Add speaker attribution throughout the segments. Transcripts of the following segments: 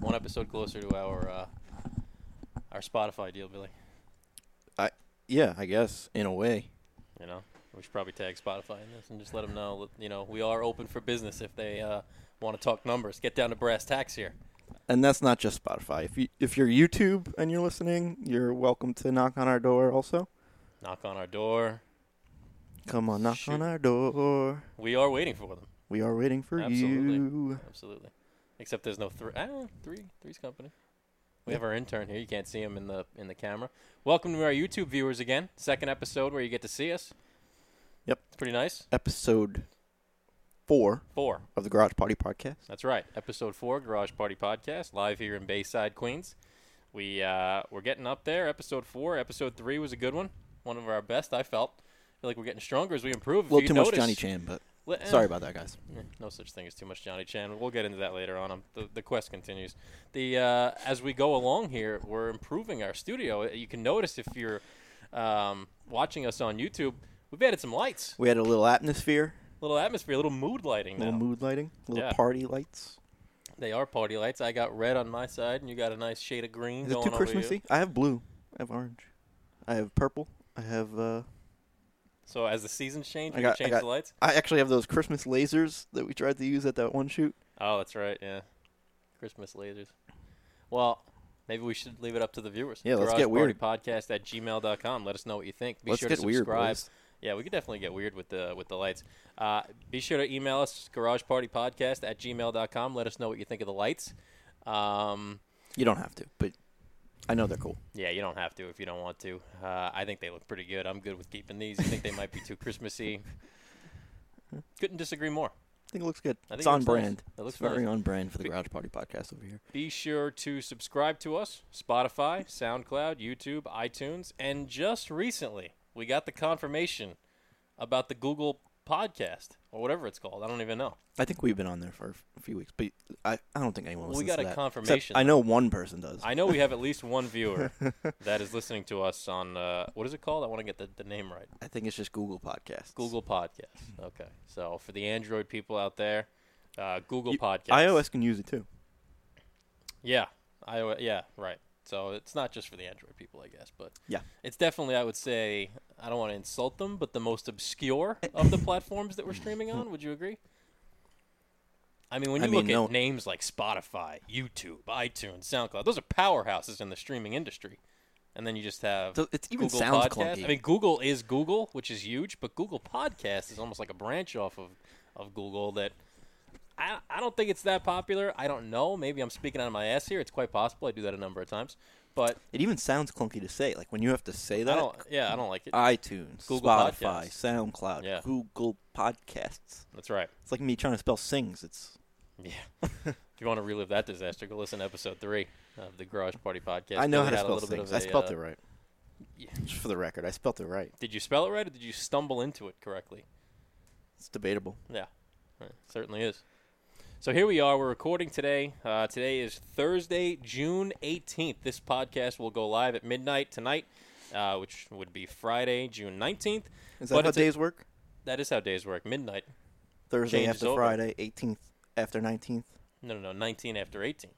Speaker 1: One episode closer to our uh, our Spotify deal, Billy.
Speaker 2: Yeah, I guess in a way.
Speaker 1: You know, we should probably tag Spotify in this and just let them know. You know, we are open for business if they uh, want to talk numbers. Get down to brass tacks here.
Speaker 2: And that's not just Spotify. If you if you're YouTube and you're listening, you're welcome to knock on our door. Also,
Speaker 1: Knock on our door.
Speaker 2: come on, knock
Speaker 1: Shoot.
Speaker 2: on our door.
Speaker 1: We are waiting for them.
Speaker 2: We are waiting for
Speaker 1: Absolutely.
Speaker 2: you.
Speaker 1: Absolutely. Except there's no three. I don't know, three. Three's company. We
Speaker 2: Yeah.
Speaker 1: have our intern here. You can't see him in the in the camera. Welcome to our YouTube viewers again. Second episode where you get to see us.
Speaker 2: Yep.
Speaker 1: It's pretty nice.
Speaker 2: Episode four
Speaker 1: Four.
Speaker 2: of the Garage Party Podcast.
Speaker 1: That's right. Episode four, Garage Party Podcast, live here in Bayside, Queens. We uh, we're getting up there. Episode four, episode three was a good one. One of our best, I felt. I feel like we're getting stronger as we improve.
Speaker 2: A little too much Johnny Chan, but
Speaker 1: Chan.
Speaker 2: sorry about that, guys.
Speaker 1: Eh, No such thing as too much Johnny Chan. We'll get into that later on. Um, the, the quest continues. The uh, as we go along here, we're improving our studio. You can notice if you're um, watching us on YouTube, we've added some lights,
Speaker 2: We had a little atmosphere,
Speaker 1: little atmosphere, little mood lighting.
Speaker 2: little
Speaker 1: now.
Speaker 2: mood lighting, little
Speaker 1: Yeah.
Speaker 2: party lights.
Speaker 1: They are party lights. I got red on my side, and you got a nice shade of green.
Speaker 2: Is it
Speaker 1: going
Speaker 2: too
Speaker 1: over you.
Speaker 2: Christmassy? I have blue. I have orange. I have purple. I have. uh
Speaker 1: So as the seasons change,
Speaker 2: I
Speaker 1: we
Speaker 2: got- I
Speaker 1: can change
Speaker 2: got-
Speaker 1: the lights.
Speaker 2: I actually have those Christmas lasers that we tried to use at that one shoot.
Speaker 1: Oh, that's right. Yeah, Christmas lasers. Well, maybe we should leave it up to the viewers.
Speaker 2: Yeah, let's
Speaker 1: Garage
Speaker 2: get weird.
Speaker 1: Party podcast at gmail.com. Let us know what you think. Be
Speaker 2: Let's
Speaker 1: sure
Speaker 2: get
Speaker 1: to
Speaker 2: weird,
Speaker 1: subscribe.
Speaker 2: boys.
Speaker 1: Yeah, we could definitely get weird with the with the lights. Uh, be sure to email us garagepartypodcast at gmail.com. Let us know what you think of the lights. Um,
Speaker 2: You don't have to, but I know they're cool.
Speaker 1: yeah, you don't have to if you don't want to. Uh, I think they look pretty good. I'm good with keeping these. I think they might be too Christmassy. Couldn't disagree more.
Speaker 2: I think it looks good.
Speaker 1: I think
Speaker 2: it's
Speaker 1: it
Speaker 2: on
Speaker 1: looks nice.
Speaker 2: brand.
Speaker 1: It looks
Speaker 2: it's very
Speaker 1: nice.
Speaker 2: on brand for the
Speaker 1: Be-
Speaker 2: Garage Party podcast over here.
Speaker 1: Be sure to subscribe to us Spotify, SoundCloud, YouTube, iTunes, and just recently we got the confirmation about the Google podcast or whatever it's called. I don't even know.
Speaker 2: I think we've been on there for a few weeks, but I, I don't think anyone
Speaker 1: We
Speaker 2: listens
Speaker 1: got
Speaker 2: to
Speaker 1: a
Speaker 2: that. Except
Speaker 1: confirmation,
Speaker 2: I know one person does.
Speaker 1: I know we have at least one viewer that is listening to us on uh, what is it called? I want to get the, the name right.
Speaker 2: I think it's just Google Podcasts.
Speaker 1: Google Podcast. Okay, so for the Android people out there, uh, Google
Speaker 2: You-
Speaker 1: Podcast.
Speaker 2: iOS can use it too.
Speaker 1: Yeah, iOS. Yeah, right. So it's not just for the Android people, I guess, but
Speaker 2: Yeah.
Speaker 1: it's definitely. I would say I don't want to insult them, but the most obscure of the platforms that we're streaming on. Would you agree? I mean, when
Speaker 2: I
Speaker 1: you
Speaker 2: mean,
Speaker 1: look
Speaker 2: no-
Speaker 1: at names like Spotify, YouTube, iTunes, SoundCloud, those are powerhouses in the streaming industry. And then you just have
Speaker 2: So it's even
Speaker 1: Google
Speaker 2: sounds
Speaker 1: Podcast.
Speaker 2: clunky.
Speaker 1: I mean, Google is Google, which is huge, but Google Podcast is almost like a branch off of, of Google that I, I don't think it's that popular. I don't know. Maybe I'm speaking out of my ass here. It's quite possible. I do that a number of times. But
Speaker 2: it even sounds clunky to say. Like when you have to say that.
Speaker 1: I don't, yeah, I don't like it.
Speaker 2: iTunes,
Speaker 1: Google
Speaker 2: Spotify, SoundCloud,
Speaker 1: Yeah.
Speaker 2: Google Podcasts.
Speaker 1: That's right.
Speaker 2: It's like me trying to spell sings. It's
Speaker 1: Yeah. if you want to relive that disaster, go listen to episode three of the Garage Party Podcast.
Speaker 2: I know
Speaker 1: Billy
Speaker 2: how to
Speaker 1: had a
Speaker 2: spell
Speaker 1: little bit
Speaker 2: sings.
Speaker 1: of
Speaker 2: I
Speaker 1: a,
Speaker 2: spelled
Speaker 1: uh,
Speaker 2: it right.
Speaker 1: yeah.
Speaker 2: Just for the record, I spelled it right.
Speaker 1: Did you spell it right or did you stumble into it correctly?
Speaker 2: It's debatable.
Speaker 1: Yeah, right. certainly is. So here we are. We're recording today. Uh, today is Thursday, June 18th. This podcast will go live at midnight tonight, uh, which would be Friday, June 19th. But
Speaker 2: Is that how
Speaker 1: it's a-
Speaker 2: days work?
Speaker 1: That is how days work. Midnight.
Speaker 2: Thursday
Speaker 1: Changes
Speaker 2: after
Speaker 1: over.
Speaker 2: Friday, 18th after 19th.
Speaker 1: No, no, no. 19 after 18.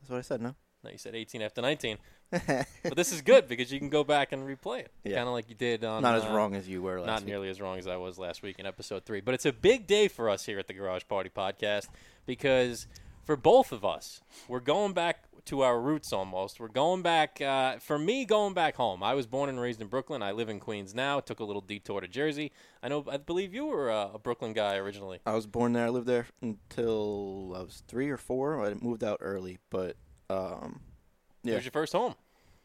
Speaker 2: That's what I said, no?
Speaker 1: No, you said 18 after 19. But this is good because you can go back and replay it,
Speaker 2: Yeah.
Speaker 1: kind of like you did on.
Speaker 2: Not as
Speaker 1: uh,
Speaker 2: wrong as you were last
Speaker 1: not
Speaker 2: week.
Speaker 1: nearly as wrong as I was last week in episode three. But it's a big day for us here at the Garage Party Podcast because for both of us, we're going back to our roots almost. We're going back, uh, for me, going back home. I was born and raised in Brooklyn. I live in Queens now. Took a little detour to Jersey. I know, I believe you were uh, a Brooklyn guy originally.
Speaker 2: I was born there. I lived there until I was three or four. I moved out early, but um,
Speaker 1: It
Speaker 2: Yeah.
Speaker 1: was your first home.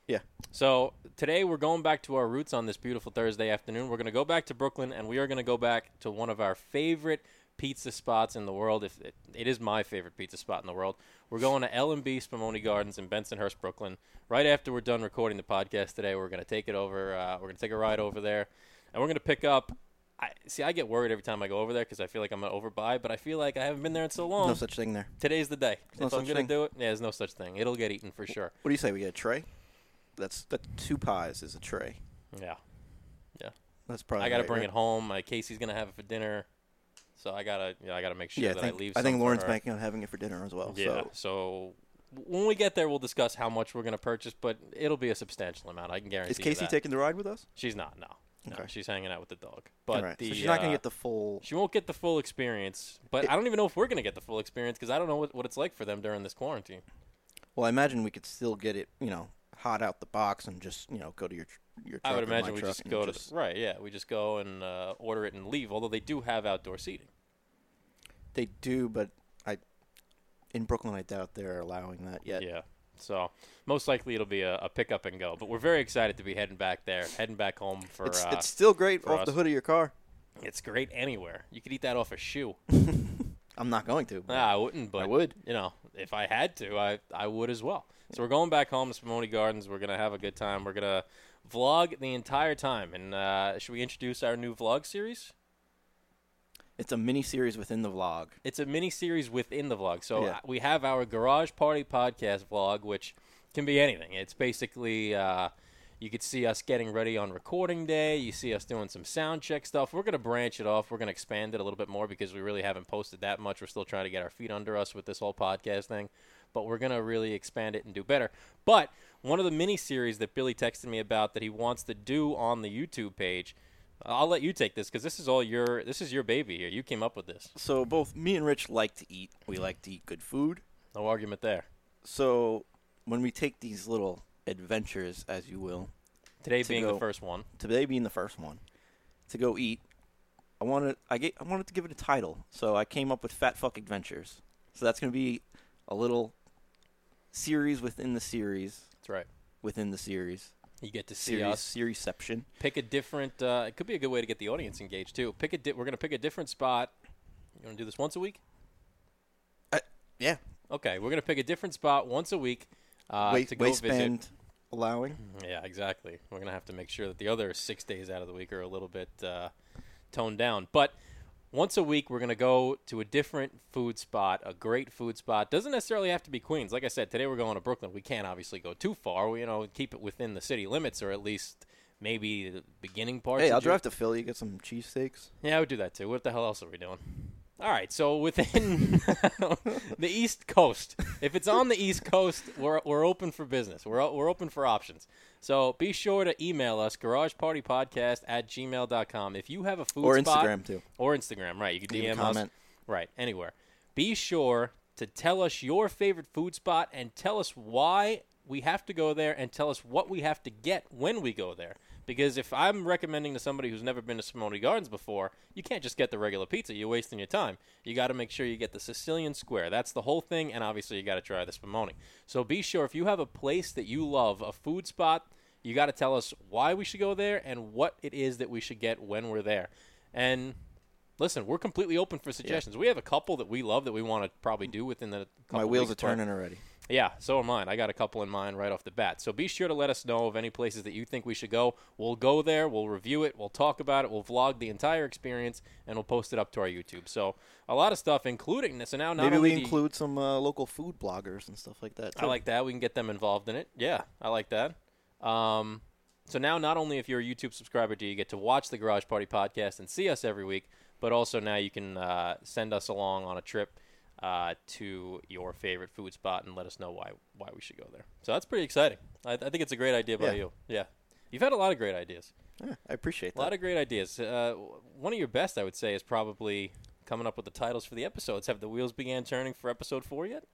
Speaker 2: Yeah.
Speaker 1: So today we're going back to our roots on this beautiful Thursday afternoon. We're going to go back to Brooklyn, and we are going to go back to one of our favorite pizza spots in the world. If it, it is my favorite pizza spot in the world, we're going to L and B Spumoni Gardens in Bensonhurst, Brooklyn. Right after we're done recording the podcast today, we're going to take it over. Uh, we're going to take a ride over there, and we're going to pick up. I, see, I get worried every time I go over there because I feel like I'm going to overbuy, but I feel like I haven't been there in so long.
Speaker 2: no such thing there.
Speaker 1: Today's the day.
Speaker 2: no
Speaker 1: if I'm
Speaker 2: such
Speaker 1: going
Speaker 2: thing.
Speaker 1: to do it, yeah, there's no such thing. It'll get eaten for sure.
Speaker 2: What do you say? We get a tray. That's that two pies is a tray.
Speaker 1: Yeah.
Speaker 2: That's probably.
Speaker 1: I got to
Speaker 2: right,
Speaker 1: bring
Speaker 2: right?
Speaker 1: it home. Uh, Casey's gonna have it for dinner. So I gotta, you know, I gotta make sure
Speaker 2: yeah, I
Speaker 1: that
Speaker 2: think,
Speaker 1: I leave.
Speaker 2: I think
Speaker 1: some for
Speaker 2: Lauren's
Speaker 1: her.
Speaker 2: banking on having it for dinner as well.
Speaker 1: Yeah.
Speaker 2: So
Speaker 1: So. when we get there, we'll discuss how much we're going to purchase, but it'll be a substantial amount. I can guarantee.
Speaker 2: is
Speaker 1: you
Speaker 2: Casey
Speaker 1: that.
Speaker 2: taking the ride with us?
Speaker 1: She's not. No. No,
Speaker 2: Okay.
Speaker 1: she's hanging out with the dog. But
Speaker 2: All right.
Speaker 1: the,
Speaker 2: so she's not
Speaker 1: uh,
Speaker 2: gonna get the full.
Speaker 1: She won't get the full experience, but
Speaker 2: It-
Speaker 1: I don't even know if we're going to get the full experience because I don't know what, what it's like for them during this quarantine.
Speaker 2: Well, I imagine we could still get it. You know, hot out the box and just you know go to your tr- your.
Speaker 1: I
Speaker 2: truck
Speaker 1: would
Speaker 2: or my
Speaker 1: imagine we
Speaker 2: truck
Speaker 1: just
Speaker 2: and
Speaker 1: go to the, right, yeah, we just go and uh, order it and leave. Although they do have outdoor seating.
Speaker 2: They do, but I in Brooklyn, I doubt they're allowing that yet.
Speaker 1: Yeah. So most likely it'll be a, a pick up and go. But we're very excited to be heading back there, heading back home for.
Speaker 2: it's
Speaker 1: uh,
Speaker 2: it's still great
Speaker 1: for
Speaker 2: off the
Speaker 1: us.
Speaker 2: hood of your car.
Speaker 1: it's great anywhere. You could eat that off a shoe.
Speaker 2: I'm not going to.
Speaker 1: Nah, I wouldn't, but
Speaker 2: I would.
Speaker 1: You know, if I had to, I I would as well. So we're going back home to Spumoni Gardens. We're gonna have a good time. We're gonna vlog the entire time. And uh, should we introduce our new vlog series?
Speaker 2: It's a mini series within the vlog.
Speaker 1: It's a mini series within the vlog. So
Speaker 2: Yeah.
Speaker 1: uh, we have our Garage Party podcast vlog, which can be anything. It's basically. Uh, you could see us getting ready on recording day. You see us doing some sound check stuff. We're going to branch it off. We're going to expand it a little bit more because we really haven't posted that much. We're still trying to get our feet under us with this whole podcast thing, but we're going to really expand it and do better. But one of the mini series that Billy texted me about that he wants to do on the YouTube page, I'll let you take this because this is all your this is your baby here. You came up with this.
Speaker 2: So both me and Rich like to eat. We like to eat good food.
Speaker 1: No argument there.
Speaker 2: So when we take these little adventures, as you will,
Speaker 1: Today
Speaker 2: To
Speaker 1: being
Speaker 2: go.
Speaker 1: the first one.
Speaker 2: today being the first one, to go eat, I wanted I get, I wanted to give it a title. So I came up with Fat Fuck Adventures. So that's gonna be a little series within the series
Speaker 1: That's right.
Speaker 2: within the series.
Speaker 1: You get to see
Speaker 2: Series
Speaker 1: us
Speaker 2: seriesception.
Speaker 1: pick a different. Uh, it could be a good way to get the audience engaged too. Pick a. Di- we're gonna pick a different spot. You wanna do this once a week?
Speaker 2: Uh, yeah.
Speaker 1: Okay, we're gonna pick a different spot once a week uh,
Speaker 2: Wait,
Speaker 1: to go visit.
Speaker 2: waistband allowing.
Speaker 1: Yeah, exactly. We're gonna have to make sure that the other six days out of the week are a little bit uh, toned down, but. Once a week, we're going to go to a different food spot, a great food spot. Doesn't necessarily have to be Queens. Like I said, today we're going to Brooklyn. We can't obviously go too far. We, you know, keep it within the city limits, or at least maybe the beginning parts.
Speaker 2: Hey,
Speaker 1: of
Speaker 2: I'll
Speaker 1: Jersey.
Speaker 2: drive to Philly, get some cheesesteaks.
Speaker 1: Yeah, I would do that too. What the hell else are we doing? All right, so within the East Coast, if it's on the East Coast, we're, we're open for business. We're, o- we're open for options. So be sure to email us, garagepartypodcast at gmail.com. If you have a food
Speaker 2: Or
Speaker 1: spot-
Speaker 2: Instagram, too.
Speaker 1: Or Instagram, right. You can DM
Speaker 2: Leave a
Speaker 1: us.
Speaker 2: comment.
Speaker 1: Right, anywhere. Be sure to tell us your favorite food spot and tell us why we have to go there and tell us what we have to get when we go there. Because if I'm recommending to somebody who's never been to Simone Gardens before, you can't just get the regular pizza. You're wasting your time. You got to make sure you get the Sicilian Square. That's the whole thing, and obviously you got to try the Spumoni. So be sure if you have a place that you love, a food spot, you got to tell us why we should go there and what it is that we should get when we're there. And listen, we're completely open for suggestions. We have a couple that we love that we want to probably do within the. Couple
Speaker 2: My wheels are
Speaker 1: weeks, but-
Speaker 2: turning already.
Speaker 1: yeah, so are mine. I got a couple in mind right off the bat. So be sure to let us know of any places that you think we should go. We'll go there, we'll review it, we'll talk about it, we'll vlog the entire experience, and we'll post it up to our YouTube. So a lot of stuff, including this. So now not
Speaker 2: Maybe
Speaker 1: only
Speaker 2: we
Speaker 1: do you-
Speaker 2: include some uh, local food bloggers and stuff like that.
Speaker 1: I like that. We can get them involved in it. Yeah, I like that. Um, so now, not only if you're a YouTube subscriber, do you get to watch the Garage Party podcast and see us every week, but also now you can uh, send us along on a trip uh, to your favorite food spot and let us know why why we should go there. So that's pretty exciting. I, I think it's a great idea by
Speaker 2: Yeah.
Speaker 1: you. Yeah, you've had a lot of great ideas.
Speaker 2: Yeah, I appreciate
Speaker 1: A lot
Speaker 2: that.
Speaker 1: of great ideas. Uh, w- one of your best, I would say, is probably coming up with the titles for the episodes. Have the wheels began turning for episode four yet?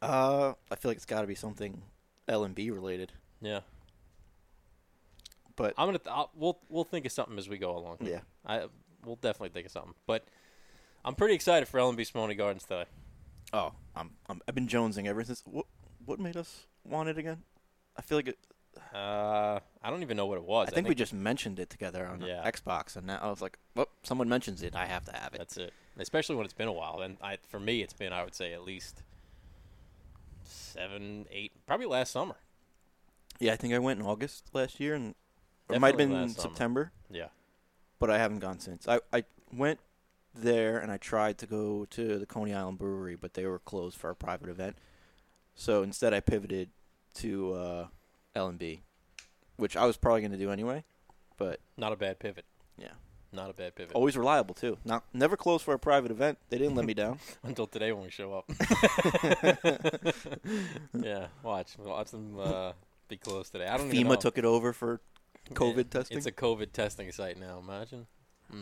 Speaker 2: uh, I feel like it's got to be something L and B related.
Speaker 1: Yeah.
Speaker 2: But-
Speaker 1: I'm gonna th- I'll, we'll we'll think of something as we go along.
Speaker 2: Yeah.
Speaker 1: I we'll definitely think of something. But I'm pretty excited for LNB Simone Gardens today.
Speaker 2: Oh, I'm, I'm I've been jonesing ever since. What what made us want it again? I feel like it,
Speaker 1: Uh, I don't even know what it was.
Speaker 2: I, think we just mentioned it together on uh,
Speaker 1: Yeah.
Speaker 2: Xbox, and now I was like, well, someone mentions it, I have to have it.
Speaker 1: that's it. Especially when it's been a while, and I for me it's been I would say at least seven, eight, probably last summer.
Speaker 2: Yeah, I think I went in August last year, and or it might have
Speaker 1: Definitely
Speaker 2: been in
Speaker 1: last summer.
Speaker 2: September,
Speaker 1: Yeah.
Speaker 2: but I haven't gone since. I I went there and I tried to go to the Coney Island Brewery, but they were closed for a private event. So instead, I pivoted to uh, L and B, which I was probably going to do anyway, but
Speaker 1: Not a bad pivot.
Speaker 2: Yeah. Oh.
Speaker 1: Not a bad pivot.
Speaker 2: Always reliable too. Not never closed for a private event. They didn't let me down.
Speaker 1: Until today when we show up. yeah, watch. Watch them uh, be closed today. I don't even know.
Speaker 2: FEMA took it over for COVID
Speaker 1: Yeah,
Speaker 2: testing.
Speaker 1: It's a COVID testing site now, imagine.
Speaker 2: knock,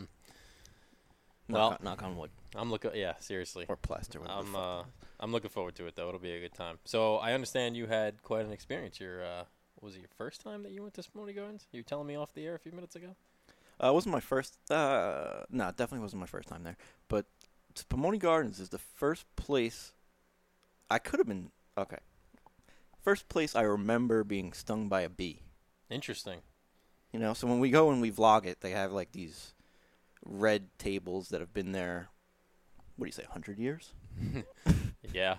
Speaker 1: well-
Speaker 2: on, knock on wood
Speaker 1: I'm looking yeah, seriously.
Speaker 2: or plaster. whatever the
Speaker 1: I'm
Speaker 2: fuck.
Speaker 1: uh, I'm looking forward to it though. It'll be a good time. So I understand you had quite an experience. Your uh, was it your first time that you went to Spumoni Gardens? You were telling me off the air a few minutes ago.
Speaker 2: Uh, it wasn't my first. Uh, no, it definitely wasn't my first time there. But Pomona Gardens is the first place I could have been. Okay, first place I remember being stung by a bee.
Speaker 1: Interesting.
Speaker 2: You know, so when we go and we vlog it, they have like these red tables that have been there. What do you say, hundred years?
Speaker 1: Yeah,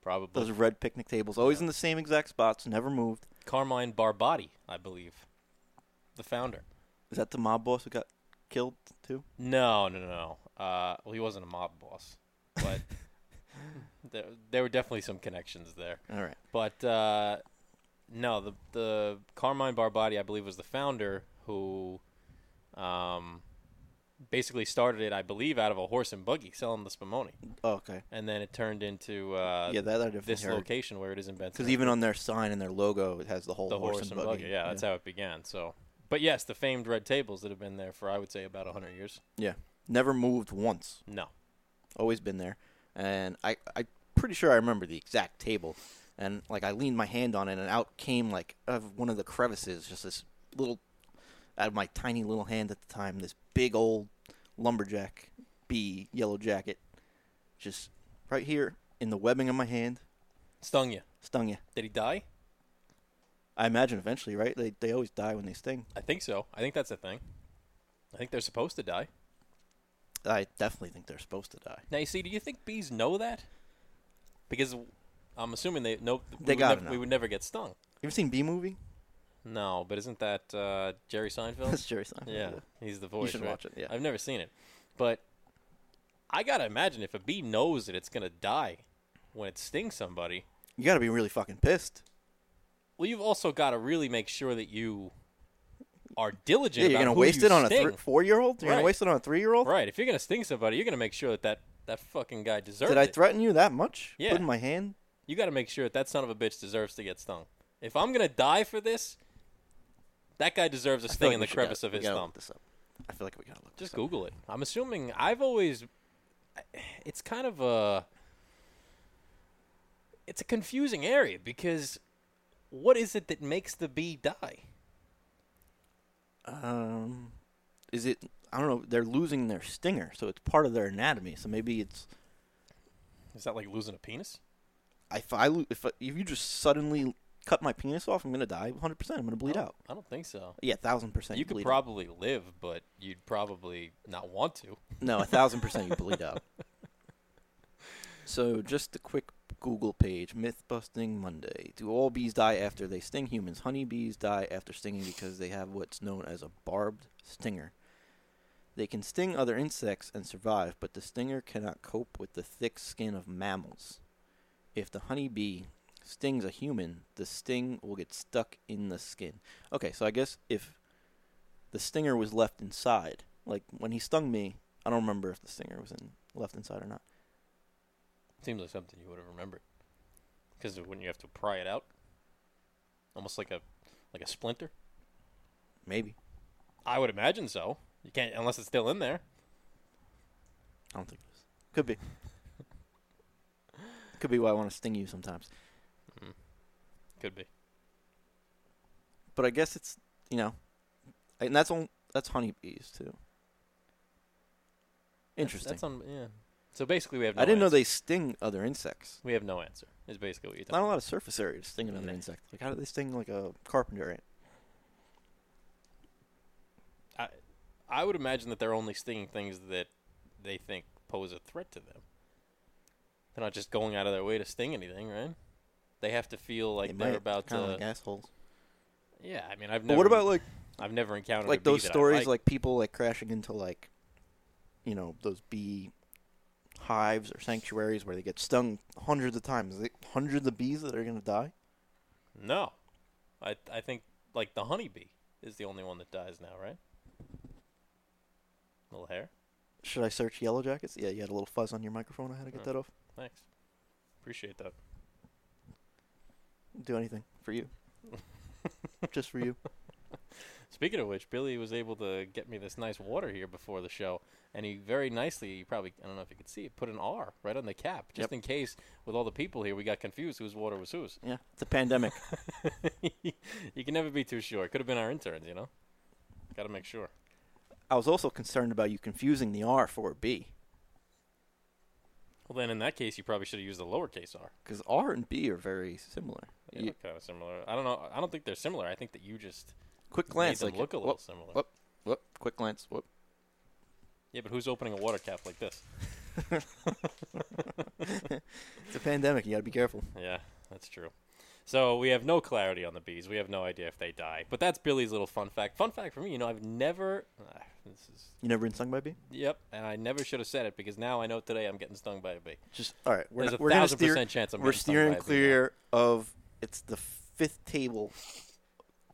Speaker 1: probably
Speaker 2: Those red picnic tables, always in the same exact spots, never moved.
Speaker 1: Carmine Barbotti, I believe, the founder.
Speaker 2: Is that the mob boss who got killed too?
Speaker 1: No, no, no. no. Uh, well, he wasn't a mob boss, but there, there were definitely some connections there.
Speaker 2: All right.
Speaker 1: But uh, no, the the Carmine Barbotti, I believe, was the founder who, um, basically started it. I believe out of a horse and buggy selling the spumoni,
Speaker 2: Oh, okay.
Speaker 1: and then it turned into uh,
Speaker 2: yeah, that I definitely
Speaker 1: this
Speaker 2: heard.
Speaker 1: location where it is in Benson.
Speaker 2: Because even on their sign and their logo, it has the whole
Speaker 1: the
Speaker 2: horse, and buggy.
Speaker 1: Yeah, that's how it began. So, but yes, the famed red tables that have been there for I would say about hundred years.
Speaker 2: never moved once.
Speaker 1: No,
Speaker 2: Always been there, and I I pretty sure I remember the exact table, and like I leaned my hand on it, and out came like out of one of the crevices, just this little out of my tiny little hand at the time, this big old lumberjack bee yellow jacket, just right here in the webbing of my hand,
Speaker 1: stung you.
Speaker 2: stung you.
Speaker 1: Did he die?
Speaker 2: I imagine eventually, right? They they always die when they sting.
Speaker 1: I think so. I think that's a thing. I think they're supposed to die.
Speaker 2: I definitely think they're supposed to die.
Speaker 1: Now, you see, do you think bees know that? Because I'm assuming they no, we
Speaker 2: They
Speaker 1: would
Speaker 2: gotta
Speaker 1: nev-
Speaker 2: know.
Speaker 1: we would never get stung.
Speaker 2: You ever seen Bee Movie?
Speaker 1: No, but isn't that uh, Jerry
Speaker 2: That's
Speaker 1: Seinfeld?
Speaker 2: Jerry Seinfeld.
Speaker 1: yeah, he's the voice.
Speaker 2: you should
Speaker 1: right?
Speaker 2: watch it. Yeah.
Speaker 1: I've never seen it, but I gotta imagine if a bee knows that it's gonna die when it stings somebody,
Speaker 2: You got to be really fucking pissed.
Speaker 1: well, you've also got to really make sure that you are diligent.
Speaker 2: Yeah, you're
Speaker 1: about
Speaker 2: gonna
Speaker 1: who
Speaker 2: waste
Speaker 1: you
Speaker 2: it on
Speaker 1: sting.
Speaker 2: a thr four-year-old. You're
Speaker 1: Right.
Speaker 2: gonna waste it on a three-year-old.
Speaker 1: right. If you're gonna sting somebody, you're gonna make sure that that, that fucking guy deserves
Speaker 2: Did I
Speaker 1: it.
Speaker 2: threaten you that much?
Speaker 1: Yeah.
Speaker 2: Putting my hand.
Speaker 1: You got to make sure that that son of a bitch deserves to get stung. If I'm gonna die for this, that guy deserves a
Speaker 2: I feel
Speaker 1: sting
Speaker 2: like
Speaker 1: in
Speaker 2: we
Speaker 1: the
Speaker 2: should
Speaker 1: crevice
Speaker 2: gotta-
Speaker 1: of
Speaker 2: we
Speaker 1: his
Speaker 2: gotta
Speaker 1: thumb.
Speaker 2: Look this up. I feel like we gotta look.
Speaker 1: Just
Speaker 2: this up.
Speaker 1: Google it. I'm assuming I've always. It's kind of a. It's a confusing area because, what is it that makes the bee die?
Speaker 2: Um, is it? I don't know. They're losing their stinger, so it's part of their anatomy. So maybe it's.
Speaker 1: Is that like losing a penis?
Speaker 2: If I lo- if I- if you just suddenly cut my penis off, I'm gonna die 100. percent I'm gonna bleed
Speaker 1: I don't-
Speaker 2: out.
Speaker 1: I don't think so.
Speaker 2: Yeah, thousand percent.
Speaker 1: Oh. You could
Speaker 2: bleed out.
Speaker 1: probably live, but you'd probably not want to.
Speaker 2: No, a thousand percent you bleed out. So just a quick Google page: Myth busting Monday. Do all bees die after they sting humans? Honeybees die after stinging because they have what's known as a barbed stinger. They can sting other insects and survive, but the stinger cannot cope with the thick skin of mammals. If the honeybee stings a human, the sting will get stuck in the skin. Okay, so I guess if the stinger was left inside, like when he stung me, I don't remember if the stinger was in left inside or not.
Speaker 1: Seems like something you would have remembered. Because wouldn't you have to pry it out? Almost like a like a splinter.
Speaker 2: Maybe.
Speaker 1: I would imagine so. You can't unless it's still in there.
Speaker 2: I don't think it is. Could be. Could be why I want to sting you sometimes.
Speaker 1: Could be.
Speaker 2: But I guess it's you know, and that's on that's honeybees too. Interesting.
Speaker 1: That's on. Yeah. So basically, we have. No
Speaker 2: I didn't know
Speaker 1: answer.
Speaker 2: they sting other insects.
Speaker 1: We have no answer. Is basically what you're
Speaker 2: Not a
Speaker 1: talking.
Speaker 2: lot of surface area to sting another
Speaker 1: Nah.
Speaker 2: insect. Like how do they sting like a carpenter ant?
Speaker 1: about. I, I would imagine that they're only stinging things that they think pose a threat to them. They're not just going out of their way to sting anything, right? They have to feel like
Speaker 2: They
Speaker 1: they are
Speaker 2: might,
Speaker 1: about to.
Speaker 2: kinda like assholes.
Speaker 1: yeah, I mean, I've
Speaker 2: But
Speaker 1: never.
Speaker 2: what about like
Speaker 1: I've never encountered a
Speaker 2: like
Speaker 1: bee
Speaker 2: those
Speaker 1: that I
Speaker 2: stories
Speaker 1: like.
Speaker 2: like people like crashing into like you know those bee hives or sanctuaries where they get stung hundreds of times Is it hundreds of bees that are going to die
Speaker 1: No, I I think like the honeybee is the only one that dies now, right? little hair.
Speaker 2: Should I search Yellow Jackets? Yeah, you had a little fuzz on your microphone. I had to get
Speaker 1: Oh.
Speaker 2: that off.
Speaker 1: Thanks. Appreciate that.
Speaker 2: Do anything for you. Just for you.
Speaker 1: Speaking of which, Billy was able to get me this nice water here before the show, and he very nicely, you probably, I don't know if you could see it, put an R right on the cap, just
Speaker 2: Yep.
Speaker 1: in case with all the people here we got confused whose water was whose.
Speaker 2: Yeah, it's a pandemic.
Speaker 1: you can never be too sure. It could have been our interns, you know? Got to make sure.
Speaker 2: I was also concerned about you confusing the R for a B
Speaker 1: Well, then in that case, you probably should have used the lowercase r.
Speaker 2: because R and B are very similar.
Speaker 1: They
Speaker 2: Ye-
Speaker 1: look kind of similar. I don't know. I don't think they're similar. I think that you just
Speaker 2: Quick glance,
Speaker 1: made them
Speaker 2: like
Speaker 1: look a little
Speaker 2: whoop,
Speaker 1: similar.
Speaker 2: whoop. whoop, quick glance, whoop.
Speaker 1: Yeah, but who's opening a water cap like this?
Speaker 2: It's a pandemic. You got to be careful.
Speaker 1: Yeah, that's true. So we have no clarity on the bees. We have no idea if they die. But that's Billy's little fun fact. Fun fact for me, you know, I've never. ah, this is.
Speaker 2: You never been stung by a bee?
Speaker 1: Yep, and I never should have said it because now I know today I'm getting stung by a bee.
Speaker 2: Just all right. We're
Speaker 1: There's
Speaker 2: not,
Speaker 1: a
Speaker 2: we're gonna
Speaker 1: thousand
Speaker 2: steer.
Speaker 1: percent chance I'm
Speaker 2: we're
Speaker 1: getting stung by
Speaker 2: steering
Speaker 1: a bee now.
Speaker 2: clear of. It's the fifth table,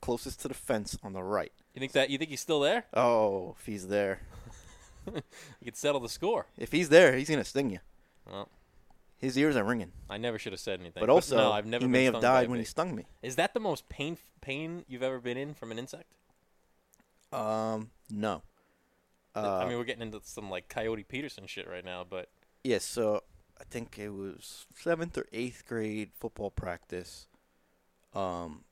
Speaker 2: closest to the fence on the right.
Speaker 1: You think that? You think he's still there?
Speaker 2: Oh, if he's there,
Speaker 1: You could settle the score.
Speaker 2: if he's there, he's gonna sting you.
Speaker 1: Well.
Speaker 2: His ears are ringing.
Speaker 1: I never should have said anything.
Speaker 2: But also,
Speaker 1: no, I've never
Speaker 2: he
Speaker 1: been
Speaker 2: may have
Speaker 1: stung by
Speaker 2: died
Speaker 1: a
Speaker 2: when he
Speaker 1: bee.
Speaker 2: stung me.
Speaker 1: Is that the most pain pain you've ever been in from an insect?
Speaker 2: Um, no. Uh,
Speaker 1: I mean, we're getting into some like Coyote Peterson shit right now, but
Speaker 2: Yes, so I think it was seventh or eighth grade football practice. Um,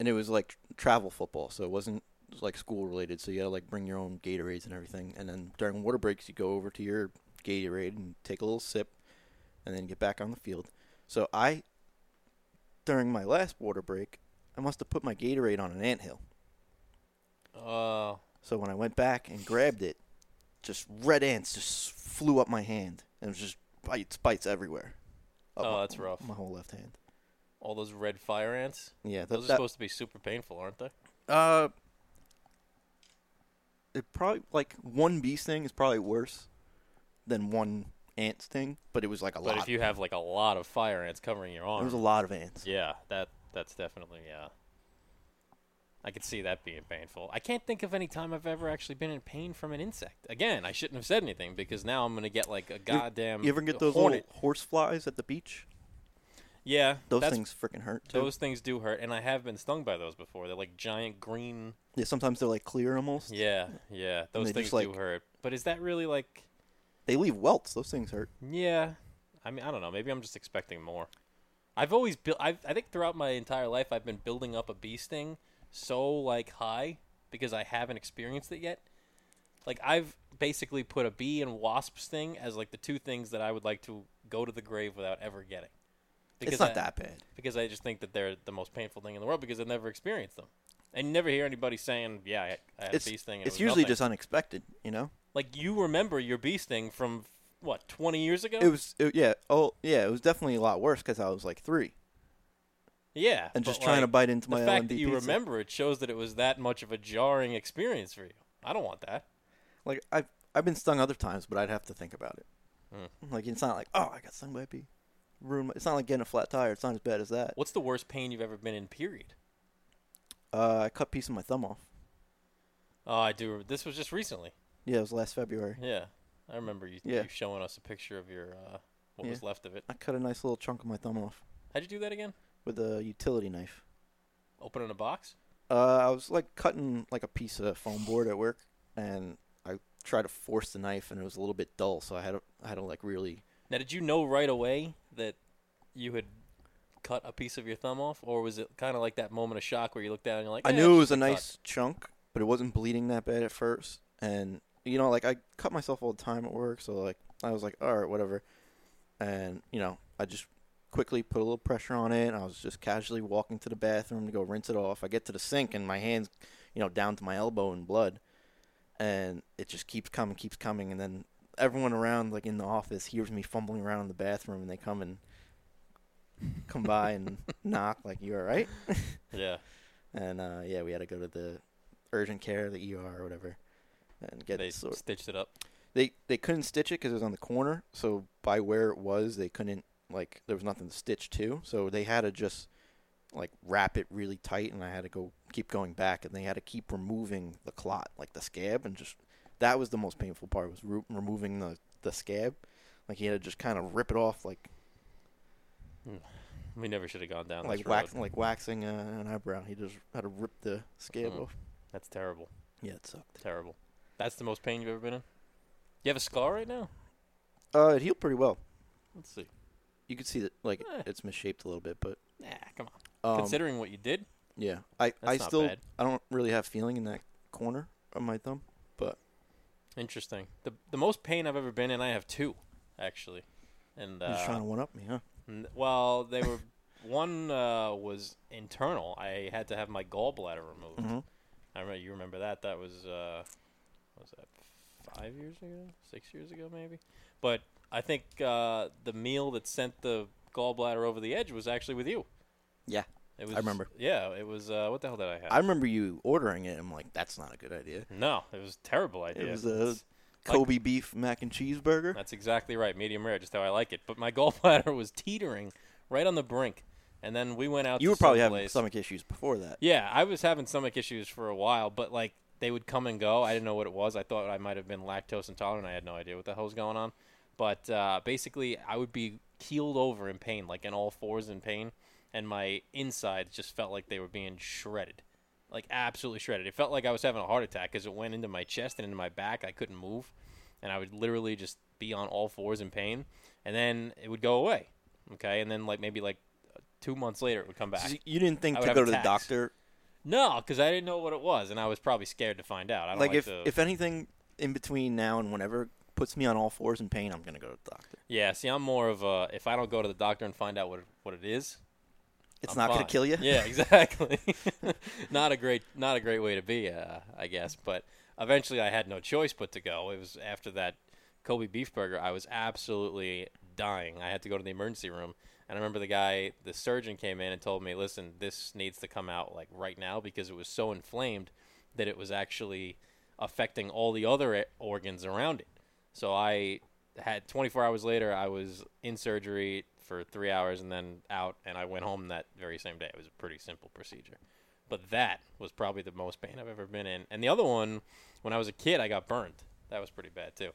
Speaker 2: and it was like tr- travel football, so it wasn't like school related. So you gotta like bring your own Gatorades and everything. And then during water breaks, you go over to your Gatorade and take a little sip, and then get back on the field. So I, during my last water break, I must have put my Gatorade on an anthill.
Speaker 1: uh,
Speaker 2: So when I went back and grabbed it, just red ants just flew up my hand and it was just bites, bites everywhere. Up
Speaker 1: Oh,
Speaker 2: my-
Speaker 1: that's rough.
Speaker 2: My whole left hand.
Speaker 1: all those red fire ants.
Speaker 2: Yeah,
Speaker 1: Those
Speaker 2: that,
Speaker 1: are
Speaker 2: that
Speaker 1: supposed to be super painful, aren't they?
Speaker 2: uh, it probably like one bee sting is probably worse than one ant sting, but it was like a
Speaker 1: But
Speaker 2: lot.
Speaker 1: if you have like a lot of fire ants covering your
Speaker 2: there
Speaker 1: arm,
Speaker 2: was a lot of ants.
Speaker 1: yeah, that that's definitely yeah. I could see that being painful. I can't think of any time I've ever actually been in pain from an insect. Again, I shouldn't have said anything because now I'm gonna get like a
Speaker 2: You-
Speaker 1: goddamn.
Speaker 2: You ever get those
Speaker 1: hornet.
Speaker 2: little horse flies at the beach?
Speaker 1: Yeah,
Speaker 2: Those
Speaker 1: that's-
Speaker 2: things freaking hurt too.
Speaker 1: Those things do hurt, and I have been stung by those before. They're like giant green.
Speaker 2: yeah, sometimes they're like clear almost.
Speaker 1: Yeah, yeah. Those
Speaker 2: they
Speaker 1: things
Speaker 2: just, like-
Speaker 1: do hurt. But is that really like?
Speaker 2: They leave welts. Those things hurt.
Speaker 1: Yeah. I mean, I don't know. Maybe I'm just expecting more. I've always built. I think throughout my entire life, I've been building up a bee sting so like high because I haven't experienced it yet. Like I've basically put a bee and wasp sting as like the two things that I would like to go to the grave without ever getting.
Speaker 2: it's not
Speaker 1: I-
Speaker 2: that bad.
Speaker 1: because I just think that they're the most painful thing in the world because I've never experienced them. And you never hear anybody saying, "Yeah, I, I had
Speaker 2: It's
Speaker 1: a bee sting." And it
Speaker 2: it's
Speaker 1: was
Speaker 2: usually
Speaker 1: nothing."
Speaker 2: just unexpected, you know.
Speaker 1: like you remember your bee sting from what twenty years ago.
Speaker 2: It was it, yeah. Oh yeah, it was definitely a lot worse because I was like three
Speaker 1: yeah,
Speaker 2: and
Speaker 1: but,
Speaker 2: just trying to
Speaker 1: like,
Speaker 2: bite into my
Speaker 1: The fact
Speaker 2: LMD
Speaker 1: that you
Speaker 2: pizza.
Speaker 1: remember it shows that it was that much of a jarring experience for you. I don't want that.
Speaker 2: Like I've I've been stung other times, but I'd have to think about it.
Speaker 1: Hmm.
Speaker 2: Like it's not like oh I got stung by a bee. Ruined my, it's not like getting a flat tire. It's not as bad as that.
Speaker 1: What's the worst pain you've ever been in? Period.
Speaker 2: Uh, I cut a piece of my thumb off.
Speaker 1: Oh, I do. This was just recently.
Speaker 2: Yeah, it was last February.
Speaker 1: Yeah, I remember you,
Speaker 2: Yeah.
Speaker 1: you showing us a picture of your uh, what
Speaker 2: Yeah.
Speaker 1: was left of it.
Speaker 2: I cut a nice little chunk of my thumb off
Speaker 1: How'd you do that again?
Speaker 2: with a utility knife.
Speaker 1: Opening a box.
Speaker 2: Uh, I was like cutting like a piece of foam board at work, and I tried to force the knife, and it was a little bit dull, so I had to I had to like really
Speaker 1: Now, did you know right away that you had cut a piece of your thumb off, or was it kind of like that moment of shock where you looked down and you're like,
Speaker 2: I
Speaker 1: "Eh,
Speaker 2: knew it
Speaker 1: it's
Speaker 2: was
Speaker 1: just
Speaker 2: a
Speaker 1: cut."
Speaker 2: nice chunk, but it wasn't bleeding that bad at first. And you know, like I cut myself all the time at work, so like I was like, all right, whatever. And you know, I just quickly put a little pressure on it. And I was just casually walking to the bathroom to go rinse it off. I get to the sink and my hands, you know, down to my elbow in blood, and it just keeps coming, keeps coming, and then everyone around, like in the office, hears me fumbling around in the bathroom, and they come and come by and knock, like, "You all right?"
Speaker 1: Yeah,
Speaker 2: And uh, yeah, we had to go to the urgent care, the ER or whatever, and get
Speaker 1: they
Speaker 2: it sort.
Speaker 1: stitched it up.
Speaker 2: They they couldn't stitch it because it was on the corner, so by where it was, they couldn't like there was nothing to stitch to, so they had to just like wrap it really tight, and I had to go keep going back, and they had to keep removing the clot, like the scab, and just That was the most painful part was re- removing the the scab. Like he had to just kind of rip it off, like
Speaker 1: We never should have gone down
Speaker 2: like
Speaker 1: this
Speaker 2: wax,
Speaker 1: road.
Speaker 2: like waxing uh, an eyebrow. He just had to rip the scab
Speaker 1: Mm.
Speaker 2: off.
Speaker 1: That's terrible.
Speaker 2: Yeah, it sucked.
Speaker 1: Terrible. That's the most pain you've ever been in. You have a scar right now?
Speaker 2: Uh, it healed pretty well.
Speaker 1: Let's see.
Speaker 2: You could see that like
Speaker 1: Eh.
Speaker 2: it's misshaped a little bit, but
Speaker 1: Nah, come on.
Speaker 2: um,
Speaker 1: Considering what you did,
Speaker 2: yeah, I
Speaker 1: that's
Speaker 2: I
Speaker 1: not
Speaker 2: still
Speaker 1: bad.
Speaker 2: I don't really have feeling in that corner of my thumb.
Speaker 1: Interesting. The the most pain I've ever been in, I have two, actually. And
Speaker 2: He's
Speaker 1: uh,
Speaker 2: trying to one up me, huh?
Speaker 1: N- Well, they were. one uh, was internal. I had to have my gallbladder removed.
Speaker 2: Mm-hmm.
Speaker 1: I remember you remember that. That was uh, what was that five years ago, six years ago, maybe. But I think uh, the meal that sent the gallbladder over the edge was actually with you.
Speaker 2: Yeah.
Speaker 1: it was.
Speaker 2: remember.
Speaker 1: Yeah, it was. Uh, what the hell did I have?
Speaker 2: I remember you ordering it. I'm like, that's not a good idea.
Speaker 1: no, it was a terrible idea.
Speaker 2: was, uh,
Speaker 1: It's- Like-
Speaker 2: Kobe beef mac and cheeseburger.
Speaker 1: That's exactly right. Medium rare, just how I like it. But my gallbladder was teetering right on the brink, and then we went out.
Speaker 2: You
Speaker 1: to
Speaker 2: were probably having
Speaker 1: someplace.
Speaker 2: stomach issues before that.
Speaker 1: Yeah, I was having stomach issues for a while, but like they would come and go. I didn't know what it was. I thought I might have been lactose intolerant. I had no idea what the hell was going on. But uh, basically, I would be keeled over in pain, like in all fours in pain, and my insides just felt like they were being shredded, like absolutely shredded. It felt like I was having a heart attack because it went into my chest and into my back. I couldn't move, and I would literally just be on all fours in pain, and then it would go away. Okay, and then like maybe like two months later, it would come back.
Speaker 2: So you didn't think
Speaker 1: I
Speaker 2: to
Speaker 1: would
Speaker 2: go
Speaker 1: have
Speaker 2: to the
Speaker 1: attacks.
Speaker 2: doctor?
Speaker 1: No, because I didn't know what it was, and I was probably scared to find out. I don't
Speaker 2: Like,
Speaker 1: like,
Speaker 2: if
Speaker 1: to-
Speaker 2: if anything in between now and whenever puts me on all fours in pain, I'm gonna go to the doctor.
Speaker 1: yeah. See, I'm more of a if I don't go to the doctor and find out what what it is,
Speaker 2: It's
Speaker 1: I'm
Speaker 2: not gonna
Speaker 1: fine.
Speaker 2: kill you.
Speaker 1: Yeah, exactly. not a great not a great way to be, uh, I guess. But eventually, I had no choice but to go. It was after that Kobe beef burger. I was absolutely dying. I had to go to the emergency room, and I remember the guy, the surgeon, came in and told me, "Listen, this needs to come out like right now because it was so inflamed that it was actually affecting all the other e- organs around it." So I had 24 hours later, I was in surgery for three hours and then out, and I went home that very same day. It was a pretty simple procedure. But that was probably the most pain I've ever been in. And the other one, when I was a kid, I got burned. That was pretty bad too.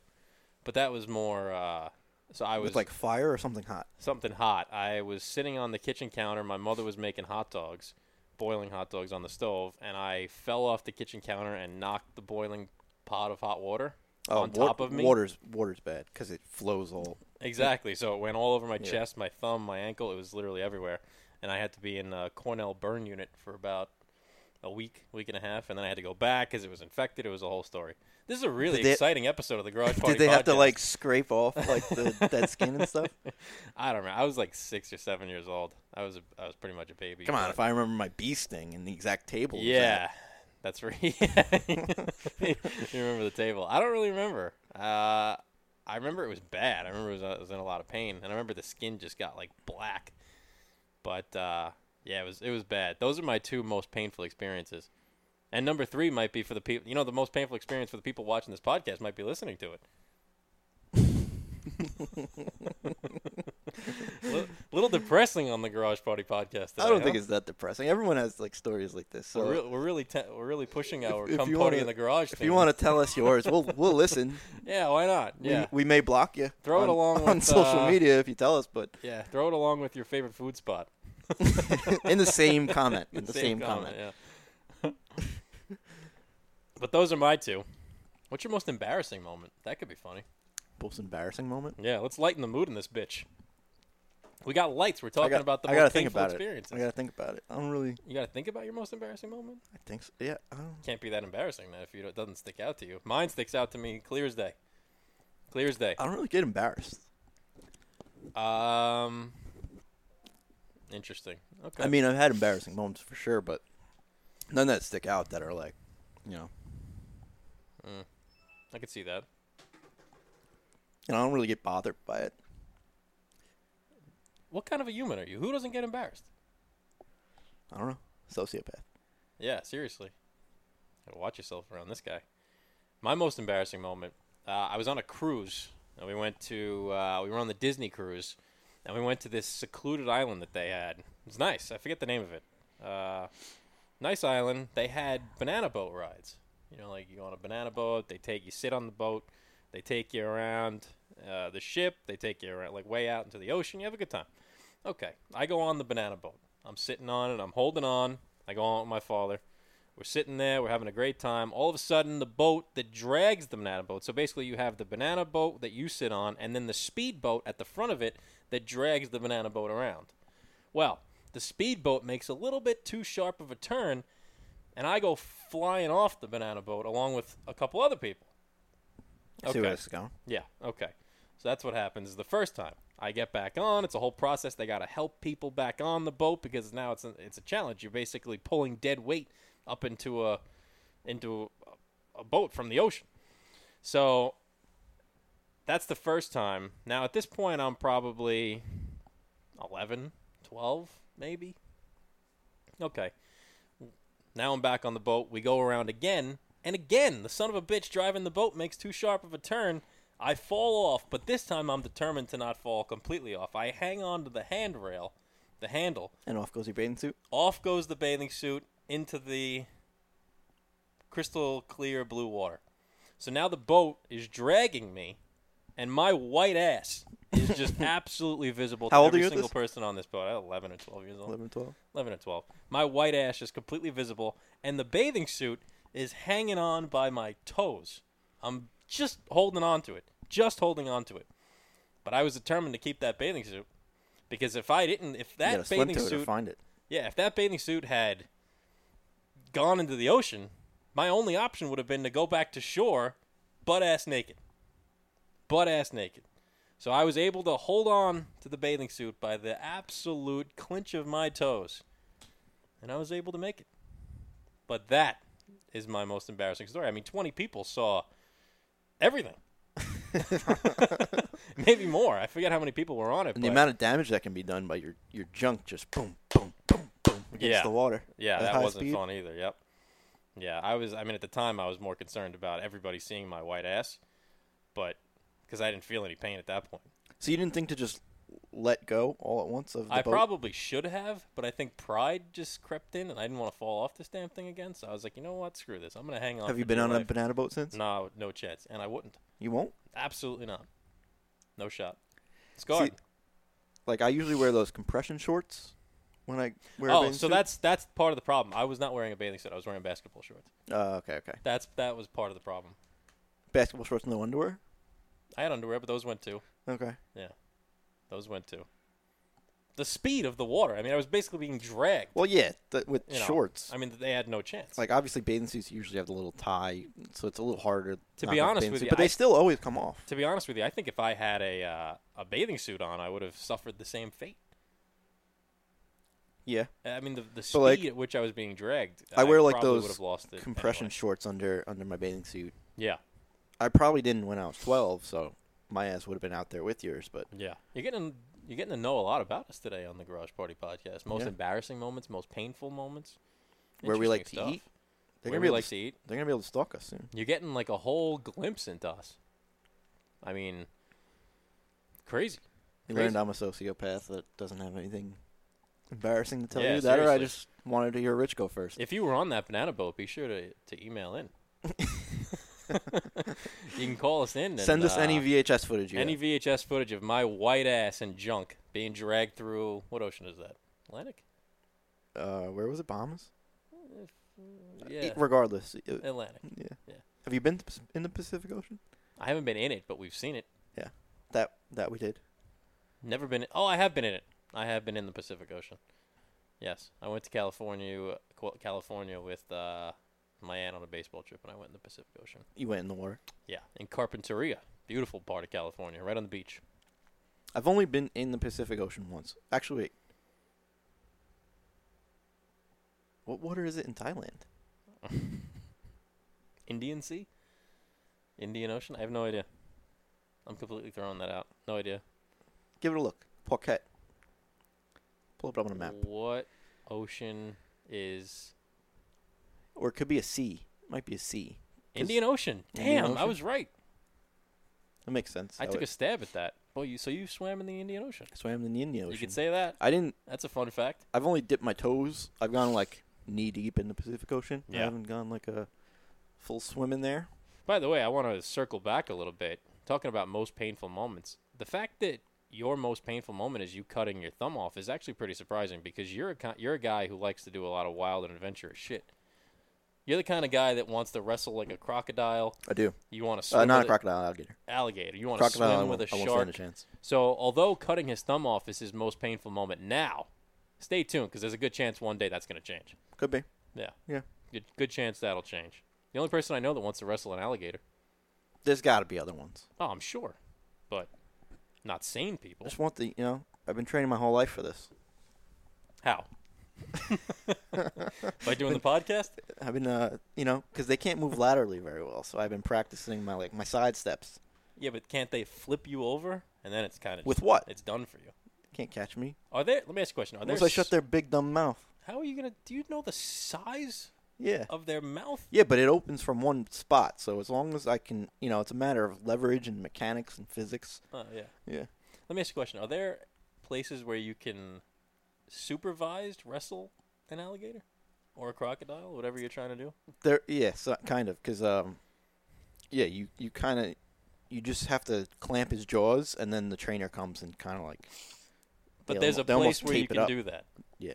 Speaker 1: But that was more. Uh, so I was
Speaker 2: With like fire or something hot.
Speaker 1: something hot. I was sitting on the kitchen counter. My mother was making hot dogs, boiling hot dogs on the stove, and I fell off the kitchen counter and knocked the boiling pot of hot water
Speaker 2: Oh,
Speaker 1: on
Speaker 2: wa-
Speaker 1: top of me.
Speaker 2: Water's water's bad because it flows all.
Speaker 1: Exactly. So it went all over my
Speaker 2: Yeah.
Speaker 1: chest, my thumb, my ankle. It was literally everywhere, and I had to be in uh, Cornell burn unit for about a week, week and a half, and then I had to go back because it was infected. It was a whole story. This is a really
Speaker 2: Did they-
Speaker 1: exciting episode of the Garage Party.
Speaker 2: Did they have to
Speaker 1: Podcast.
Speaker 2: like scrape off like the dead skin and stuff?
Speaker 1: I don't know. I was like six or seven years old. I was a, I was pretty much a baby.
Speaker 2: Come on,
Speaker 1: but-
Speaker 2: if I remember my bee sting and the exact table. it was
Speaker 1: Yeah,
Speaker 2: at.
Speaker 1: that's right. you remember the table? I don't really remember. Uh, I remember it was bad. I remember it was, I was in a lot of pain, and I remember the skin just got like black. But uh, yeah, it was it was bad. Those are my two most painful experiences. And number three might be for the people. You know, the most painful experience for the people watching this podcast might be listening to it. little, little depressing on the Garage Party podcast. Today,
Speaker 2: I don't
Speaker 1: huh?
Speaker 2: think it's that depressing. Everyone has like stories like this. So
Speaker 1: we're, real, we're really te- we're really pushing our
Speaker 2: if
Speaker 1: come
Speaker 2: you
Speaker 1: party
Speaker 2: wanna-
Speaker 1: in the garage.
Speaker 2: if you want to tell us yours, we'll we'll listen.
Speaker 1: yeah, why not? Yeah,
Speaker 2: we, we may block you.
Speaker 1: Throw it
Speaker 2: on-
Speaker 1: along
Speaker 2: on
Speaker 1: with,
Speaker 2: social
Speaker 1: uh,
Speaker 2: media if you tell us, but
Speaker 1: yeah. Throw it along with your favorite food spot.
Speaker 2: in the same comment, in the same, comment.
Speaker 1: yeah. but those are my two. What's your most embarrassing moment? That could be funny.
Speaker 2: Most embarrassing moment.
Speaker 1: Yeah, let's lighten the mood in this bitch. We got lights. We're talking
Speaker 2: I got,
Speaker 1: about the
Speaker 2: I
Speaker 1: most
Speaker 2: gotta think
Speaker 1: painful
Speaker 2: about
Speaker 1: experiences.
Speaker 2: it. I gotta think about it. I don't really.
Speaker 1: You got to think about your most embarrassing moment.
Speaker 2: I think so. Yeah. I don't,
Speaker 1: Can't be that embarrassing then if you don't, it doesn't stick out to you. Mine sticks out to me clear as day. Clear as day.
Speaker 2: I don't really get embarrassed.
Speaker 1: Um. Interesting. Okay.
Speaker 2: I mean, I've had embarrassing moments for sure, but none that stick out that are like, you know,
Speaker 1: I could see that.
Speaker 2: and I don't really get bothered by it.
Speaker 1: What kind of a human are you? Who doesn't get embarrassed?
Speaker 2: I don't know. Sociopath.
Speaker 1: Yeah, seriously. Gotta watch yourself around this guy. My most embarrassing moment. Uh, I was on a cruise, and we went to uh, we were on the Disney cruise, and we went to this secluded island that they had. It's nice. I forget the name of it. Uh, nice island. They had banana boat rides. You know, like you go on a banana boat, they take you sit on the boat, they take you around uh, the ship, they take you around like way out into the ocean. You have a good time. Okay, I go on the banana boat. I'm sitting on it. I'm holding on. I go on with my father. We're sitting there. We're having a great time. All of a sudden, the boat that drags the banana boat. So basically, you have the banana boat that you sit on, and then the speed boat at the front of it that drags the banana boat around. Well, the speed boat makes a little bit too sharp of a turn, and I go flying off the banana boat along with a couple other people.
Speaker 2: See where this is going.
Speaker 1: Yeah. Okay. So that's what happens the first time. I get back on. It's a whole process. They got to help people back on the boat because now it's a, it's a challenge. You're basically pulling dead weight up into a into a, a boat from the ocean. So that's the first time. Now at this point I'm probably 11, 12 maybe. Okay. Now I'm back on the boat. We go around again, and again, the son of a bitch driving the boat makes too sharp of a turn. I fall off, but this time I'm determined to not fall completely off. I hang on to the handrail, the handle.
Speaker 2: And off goes your bathing suit.
Speaker 1: Off goes the bathing suit into the crystal clear blue water. So now the boat is dragging me, and my white ass is just absolutely visible to
Speaker 2: How old are
Speaker 1: every
Speaker 2: you at
Speaker 1: single
Speaker 2: this?
Speaker 1: person on this boat. I'm 11 or 12 years old.
Speaker 2: 11 12.
Speaker 1: 11 or 12. My white ash is completely visible, and the bathing suit is hanging on by my toes. I'm just holding on to it, just holding on to it. But I was determined to keep that bathing suit because if I didn't, if
Speaker 2: You
Speaker 1: that
Speaker 2: gotta swim
Speaker 1: bathing
Speaker 2: to it or
Speaker 1: suit,
Speaker 2: find it.
Speaker 1: yeah, if that bathing suit had gone into the ocean, my only option would have been to go back to shore, butt ass naked, butt ass naked. So I was able to hold on to the bathing suit by the absolute clinch of my toes, and I was able to make it. But that is my most embarrassing story. I mean, 20 people saw everything. Maybe more. I forget how many people were on it.
Speaker 2: And
Speaker 1: but
Speaker 2: the amount of damage that can be done by your, your junk just boom, boom, boom, boom against
Speaker 1: Yeah.
Speaker 2: the water.
Speaker 1: Yeah,
Speaker 2: at
Speaker 1: that
Speaker 2: high
Speaker 1: wasn't
Speaker 2: speed.
Speaker 1: fun either. Yep. Yeah, I was. I mean, at the time, I was more concerned about everybody seeing my white ass, but because I didn't feel any pain at that point,
Speaker 2: So you didn't think to just let go all at once of the
Speaker 1: I
Speaker 2: boat?
Speaker 1: probably should have. But I think pride just crept in, and I didn't want to fall off this damn thing again. So I was like, you know what? Screw this. I'm gonna hang on.
Speaker 2: Have you
Speaker 1: for
Speaker 2: been
Speaker 1: dear
Speaker 2: on a
Speaker 1: life.
Speaker 2: banana boat since?
Speaker 1: No, no chance. And I wouldn't.
Speaker 2: You won't?
Speaker 1: Absolutely not. No shot. Scarred.
Speaker 2: See, Like I usually wear those compression shorts when I wear a
Speaker 1: oh,
Speaker 2: bathing
Speaker 1: so
Speaker 2: suit.
Speaker 1: that's that's part of the problem. I was not wearing a bathing suit. I was wearing basketball shorts.
Speaker 2: Uh, okay, okay.
Speaker 1: That's that was part of the problem.
Speaker 2: Basketball shorts and no underwear?
Speaker 1: I had underwear, but those went too.
Speaker 2: Okay.
Speaker 1: Those went too. The speed of the water. I mean, I was basically being dragged.
Speaker 2: Well, yeah, th- with
Speaker 1: You know,
Speaker 2: shorts.
Speaker 1: I mean, they had no chance.
Speaker 2: like obviously bathing suits usually have the little tie, so it's a little harder
Speaker 1: To
Speaker 2: not
Speaker 1: be
Speaker 2: to have a
Speaker 1: honest
Speaker 2: bathing
Speaker 1: with
Speaker 2: suit,
Speaker 1: you,
Speaker 2: but
Speaker 1: I-
Speaker 2: they still always come off.
Speaker 1: to be honest with you, I think if I had a uh, a bathing suit on, I would have suffered the same fate.
Speaker 2: Yeah,
Speaker 1: I mean, the the speed
Speaker 2: But, like,
Speaker 1: at which I was being dragged.
Speaker 2: I wear, like,
Speaker 1: probably
Speaker 2: those
Speaker 1: would have lost it
Speaker 2: compression
Speaker 1: anyway.
Speaker 2: shorts under under my bathing suit.
Speaker 1: Yeah,
Speaker 2: I probably didn't when I was twelve, so my ass would have been out there with yours. But
Speaker 1: yeah. You're getting you're getting to know a lot about us today on the Garage Party Podcast. Most
Speaker 2: Yeah.
Speaker 1: embarrassing moments, most painful moments.
Speaker 2: Where we
Speaker 1: Interesting
Speaker 2: like to
Speaker 1: stuff.
Speaker 2: eat. they're
Speaker 1: Where
Speaker 2: gonna be
Speaker 1: we
Speaker 2: able
Speaker 1: like
Speaker 2: to,
Speaker 1: to eat.
Speaker 2: they're gonna be able to stalk us soon.
Speaker 1: You're getting like a whole glimpse into us. I mean, crazy.
Speaker 2: You
Speaker 1: Crazy.
Speaker 2: learned I'm a sociopath that doesn't have anything embarrassing to tell
Speaker 1: Yeah,
Speaker 2: you. That or I
Speaker 1: seriously.
Speaker 2: just wanted to hear Rich go first.
Speaker 1: If you were on that banana boat, be sure to, to email in. you can call us in. And,
Speaker 2: Send us
Speaker 1: uh,
Speaker 2: any VHS footage you
Speaker 1: any
Speaker 2: have.
Speaker 1: VHS footage of my white ass and junk being dragged through what ocean is that? Atlantic?
Speaker 2: Uh, where was it? Bahamas.
Speaker 1: Yeah,
Speaker 2: Regardless, uh,
Speaker 1: Atlantic.
Speaker 2: yeah.
Speaker 1: Yeah.
Speaker 2: Have you been to, Pac- in the Pacific Ocean?
Speaker 1: I haven't been in it, but we've seen it.
Speaker 2: That that we did.
Speaker 1: Never been. In, oh, I have been in it. I have been in the Pacific Ocean. Yes, I went to California, Qu- California with uh, my aunt on a baseball trip, and I went in the Pacific Ocean.
Speaker 2: You went in the water.
Speaker 1: Yeah, in Carpinteria, beautiful part of California, right on the beach.
Speaker 2: I've only been in the Pacific Ocean once. Actually, wait. What water is it in Thailand?
Speaker 1: Indian Sea? Indian Ocean? I have no idea. I'm completely throwing that out. No idea.
Speaker 2: Give it a look. Phuket. Pull it up on a map.
Speaker 1: What ocean is
Speaker 2: Or it could be a sea. Might be a sea.
Speaker 1: Indian Ocean? Damn,
Speaker 2: Indian
Speaker 1: I
Speaker 2: Ocean?
Speaker 1: was right.
Speaker 2: That makes sense.
Speaker 1: I took a
Speaker 2: would-
Speaker 1: stab at that. Boy, you so you swam in the Indian Ocean.
Speaker 2: swam in the Indian Ocean.
Speaker 1: You could say that.
Speaker 2: I didn't.
Speaker 1: That's a fun fact.
Speaker 2: I've only dipped my toes. I've gone like knee deep in the Pacific Ocean.
Speaker 1: Yeah.
Speaker 2: I haven't gone like a full swim in there.
Speaker 1: By the way, I want to circle back a little bit, talking about most painful moments. The fact that your most painful moment is you cutting your thumb off is actually pretty surprising because you're a ki- you're a guy who likes to do a lot of wild and adventurous shit. You're the kind of guy that wants to wrestle like a crocodile.
Speaker 2: I do.
Speaker 1: You want to swim
Speaker 2: Uh, not
Speaker 1: with
Speaker 2: a crocodile alligator.
Speaker 1: alligator. You want to
Speaker 2: Crocodile, I
Speaker 1: swim
Speaker 2: won't,
Speaker 1: with a
Speaker 2: I won't
Speaker 1: shark.
Speaker 2: stand a chance.
Speaker 1: So, although cutting his thumb off is his most painful moment now, stay tuned because there's a good chance one day that's going to change.
Speaker 2: Could be.
Speaker 1: Yeah.
Speaker 2: Yeah.
Speaker 1: Good, good chance that'll change. The only person I know that wants to wrestle an alligator.
Speaker 2: There's got to be other ones.
Speaker 1: Oh, I'm sure. But not sane
Speaker 2: I
Speaker 1: people.
Speaker 2: just want the, you know, I've been training my whole life for this.
Speaker 1: How? By doing the podcast?
Speaker 2: I've been, uh, you know, because they can't move laterally very well, so I've been practicing my like my side steps.
Speaker 1: Yeah, but can't they flip you over? And then it's kind of
Speaker 2: With what?
Speaker 1: It's done for you.
Speaker 2: Can't catch me.
Speaker 1: Are there? Let me ask you a question. Are there?
Speaker 2: Once I shut
Speaker 1: s-
Speaker 2: their big dumb mouth.
Speaker 1: How are you gonna? Do you know the size
Speaker 2: Yeah.
Speaker 1: of their mouth?
Speaker 2: Yeah, but it opens from one spot, so as long as I can, you know, it's a matter of leverage and mechanics and physics.
Speaker 1: Oh, yeah.
Speaker 2: Yeah.
Speaker 1: Let me ask you a question. Are there places where you can supervised wrestle an alligator or a crocodile, whatever you're trying to do?
Speaker 2: There, yeah, so, kind of, because um, yeah, you you kind of you just have to clamp his jaws, and then the trainer comes and kind of like.
Speaker 1: But
Speaker 2: they
Speaker 1: there's
Speaker 2: almo-
Speaker 1: a
Speaker 2: they almost
Speaker 1: place where you
Speaker 2: tape it
Speaker 1: can
Speaker 2: up.
Speaker 1: do that.
Speaker 2: Yeah,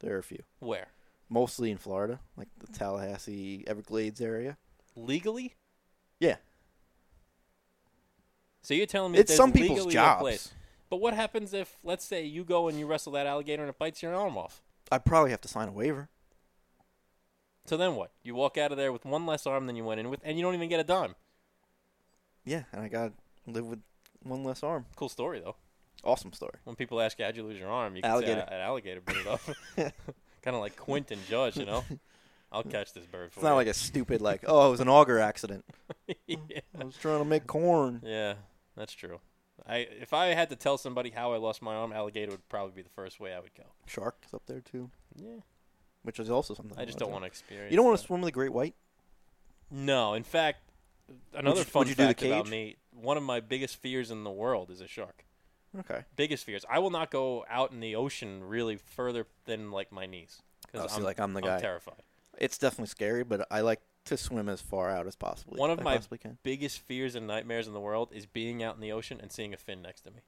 Speaker 2: there are a few,
Speaker 1: Where?
Speaker 2: mostly in Florida, like the Tallahassee Everglades area.
Speaker 1: Legally?
Speaker 2: Yeah,
Speaker 1: So you're telling me
Speaker 2: It's
Speaker 1: there's
Speaker 2: some people's
Speaker 1: legally
Speaker 2: jobs.
Speaker 1: A place. But what happens if, let's say, you go and you wrestle that alligator and it bites your arm off?
Speaker 2: I probably have to sign a waiver.
Speaker 1: So then what? You walk out of there with one less arm than you went in with, and you don't even get a dime.
Speaker 2: Yeah, and I got to live with one less arm.
Speaker 1: Cool story though.
Speaker 2: Awesome story.
Speaker 1: When people ask you how'd you lose your arm, you can
Speaker 2: Alligator.
Speaker 1: say "I- an alligator bit it off. kind of like Quentin Judge, you know. I'll catch this bird for
Speaker 2: It's not like
Speaker 1: you.
Speaker 2: a stupid like, oh, it was an auger accident.
Speaker 1: yeah.
Speaker 2: I was trying to make corn.
Speaker 1: Yeah, that's true. I if I had to tell somebody how I lost my arm, alligator would probably be the first way I would go.
Speaker 2: Sharks up there too,
Speaker 1: Yeah,
Speaker 2: which is also something.
Speaker 1: I just don't want to experience.
Speaker 2: You don't want
Speaker 1: that.
Speaker 2: to swim with a great white.
Speaker 1: No, in fact, another
Speaker 2: you-
Speaker 1: fun
Speaker 2: would you do the
Speaker 1: fact about
Speaker 2: cage?
Speaker 1: me: one of my biggest fears in the world is a shark.
Speaker 2: Okay.
Speaker 1: Biggest fears. I will not go out in the ocean really further than like my knees
Speaker 2: Oh,
Speaker 1: because
Speaker 2: so, like, I'm the guy.
Speaker 1: terrified.
Speaker 2: It's definitely scary, but I like to swim as far out as possible.
Speaker 1: One of
Speaker 2: I
Speaker 1: my-
Speaker 2: possibly can.
Speaker 1: biggest fears and nightmares in the world is being out in the ocean and seeing a fin next to me.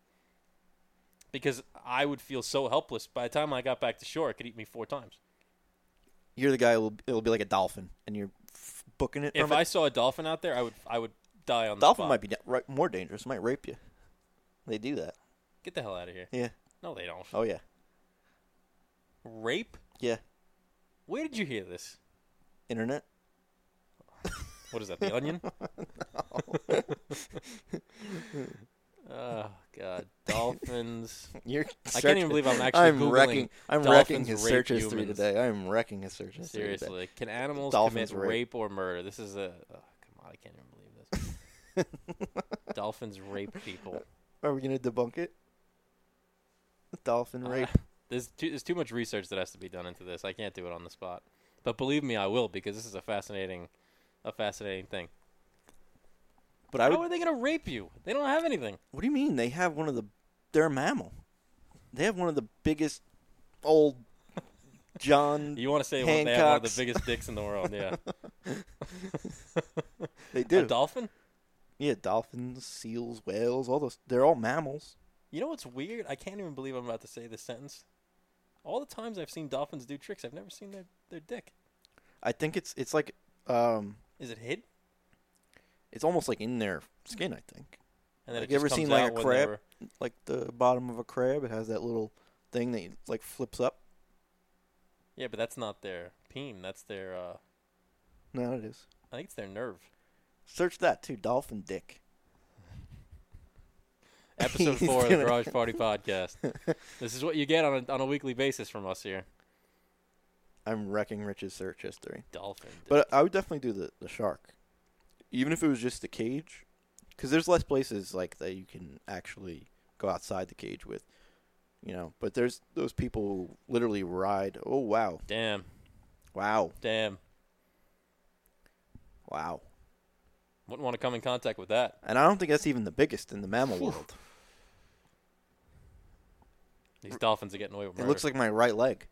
Speaker 1: Because I would feel so helpless. By the time I got back to shore, it could eat me four times.
Speaker 2: You're the guy. Who will, it'll be like a dolphin, and you're f- booking it.
Speaker 1: If
Speaker 2: from
Speaker 1: I
Speaker 2: it.
Speaker 1: saw a dolphin out there, I would I would die on the
Speaker 2: dolphin
Speaker 1: spot.
Speaker 2: might be da- right, more dangerous. It Might rape you. They do that.
Speaker 1: Get the hell out of here.
Speaker 2: Yeah.
Speaker 1: No, they don't.
Speaker 2: Oh yeah.
Speaker 1: Rape?
Speaker 2: Yeah.
Speaker 1: Where did you hear this?
Speaker 2: Internet.
Speaker 1: What is that? The Onion? oh God, dolphins.
Speaker 2: You're.
Speaker 1: I can't even believe I'm actually
Speaker 2: I'm
Speaker 1: googling
Speaker 2: wrecking. I'm
Speaker 1: dolphins
Speaker 2: wrecking his
Speaker 1: rape
Speaker 2: searches through
Speaker 1: humans.
Speaker 2: today. I'm wrecking his searches. through today.
Speaker 1: Seriously, can animals
Speaker 2: Dolphins
Speaker 1: commit
Speaker 2: rape.
Speaker 1: rape or murder? This is a oh, come on, I can't even believe this. Dolphins rape people.
Speaker 2: Are we gonna debunk it? Dolphin
Speaker 1: Uh,
Speaker 2: rape.
Speaker 1: There's too, there's too much research that has to be done into this. I can't do it on the spot. But believe me, I will because this is a fascinating, a fascinating thing.
Speaker 2: but I
Speaker 1: How
Speaker 2: would.
Speaker 1: are they gonna rape you? They don't have anything.
Speaker 2: What do you mean? They have one of the. They're a mammal. They have one of the biggest old John.
Speaker 1: You want to say one, they have one of the
Speaker 2: Hancock's.
Speaker 1: biggest dicks in the world? Yeah,
Speaker 2: they
Speaker 1: a
Speaker 2: do.
Speaker 1: dolphin.
Speaker 2: yeah, dolphins, seals, whales, all those. They're all mammals.
Speaker 1: You know what's weird? I can't even believe I'm about to say this sentence. All the times I've seen dolphins do tricks, I've never seen their, their dick.
Speaker 2: I think it's it's like um
Speaker 1: Is it hidden?
Speaker 2: it's almost like in their skin. I think
Speaker 1: And then
Speaker 2: Like,
Speaker 1: it
Speaker 2: you ever
Speaker 1: just comes
Speaker 2: seen, like,
Speaker 1: out
Speaker 2: a
Speaker 1: when
Speaker 2: crab?
Speaker 1: they're-
Speaker 2: like the bottom of a crab. It has that little thing that you, like flips up.
Speaker 1: Yeah, but that's not their peen. That's their. Uh,
Speaker 2: No, it is.
Speaker 1: I think it's their nerve.
Speaker 2: Search that too. Dolphin dick.
Speaker 1: Episode
Speaker 2: He's
Speaker 1: four of the
Speaker 2: gonna-
Speaker 1: Garage Party Podcast. This is what you get on a, on a weekly basis from us here.
Speaker 2: I'm wrecking Rich's search history.
Speaker 1: Dolphin. dick.
Speaker 2: But uh, I would definitely do the, the shark, even if it was just the cage, because there's less places like that you can actually go outside the cage with, you know. But there's those people who literally ride. Oh wow,
Speaker 1: damn,
Speaker 2: wow,
Speaker 1: damn.
Speaker 2: wow!
Speaker 1: Wouldn't want to come in contact with that.
Speaker 2: And I don't think that's even the biggest in the mammal
Speaker 1: Phew.
Speaker 2: world.
Speaker 1: These dolphins are getting away with murder.
Speaker 2: It looks like my right leg.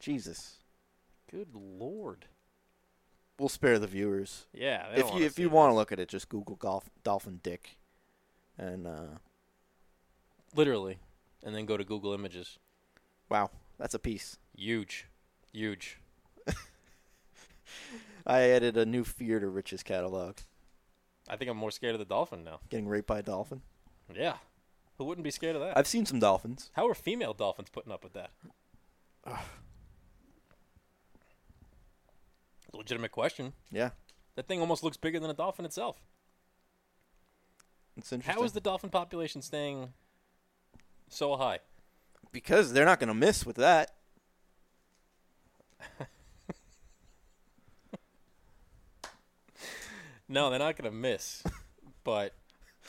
Speaker 2: Jesus,
Speaker 1: Good lord.
Speaker 2: we'll spare the viewers.
Speaker 1: Yeah. they don't
Speaker 2: If you
Speaker 1: wanna
Speaker 2: if
Speaker 1: see
Speaker 2: you
Speaker 1: this.
Speaker 2: want to look at it, just Google golf dolphin dick, and uh,
Speaker 1: literally, and then go to Google Images.
Speaker 2: wow, that's a piece.
Speaker 1: Huge, huge.
Speaker 2: I added a new fear to Rich's catalog:
Speaker 1: I think I'm more scared of the dolphin now.
Speaker 2: getting raped by a dolphin.
Speaker 1: Yeah. Who wouldn't be scared of that?
Speaker 2: I've seen some dolphins.
Speaker 1: How are female dolphins putting up with that? Legitimate question.
Speaker 2: Yeah,
Speaker 1: That thing almost looks bigger than a dolphin itself.
Speaker 2: it's interesting.
Speaker 1: How is the dolphin population staying so high?
Speaker 2: because they're not going to miss with that.
Speaker 1: No, they're not going to miss. but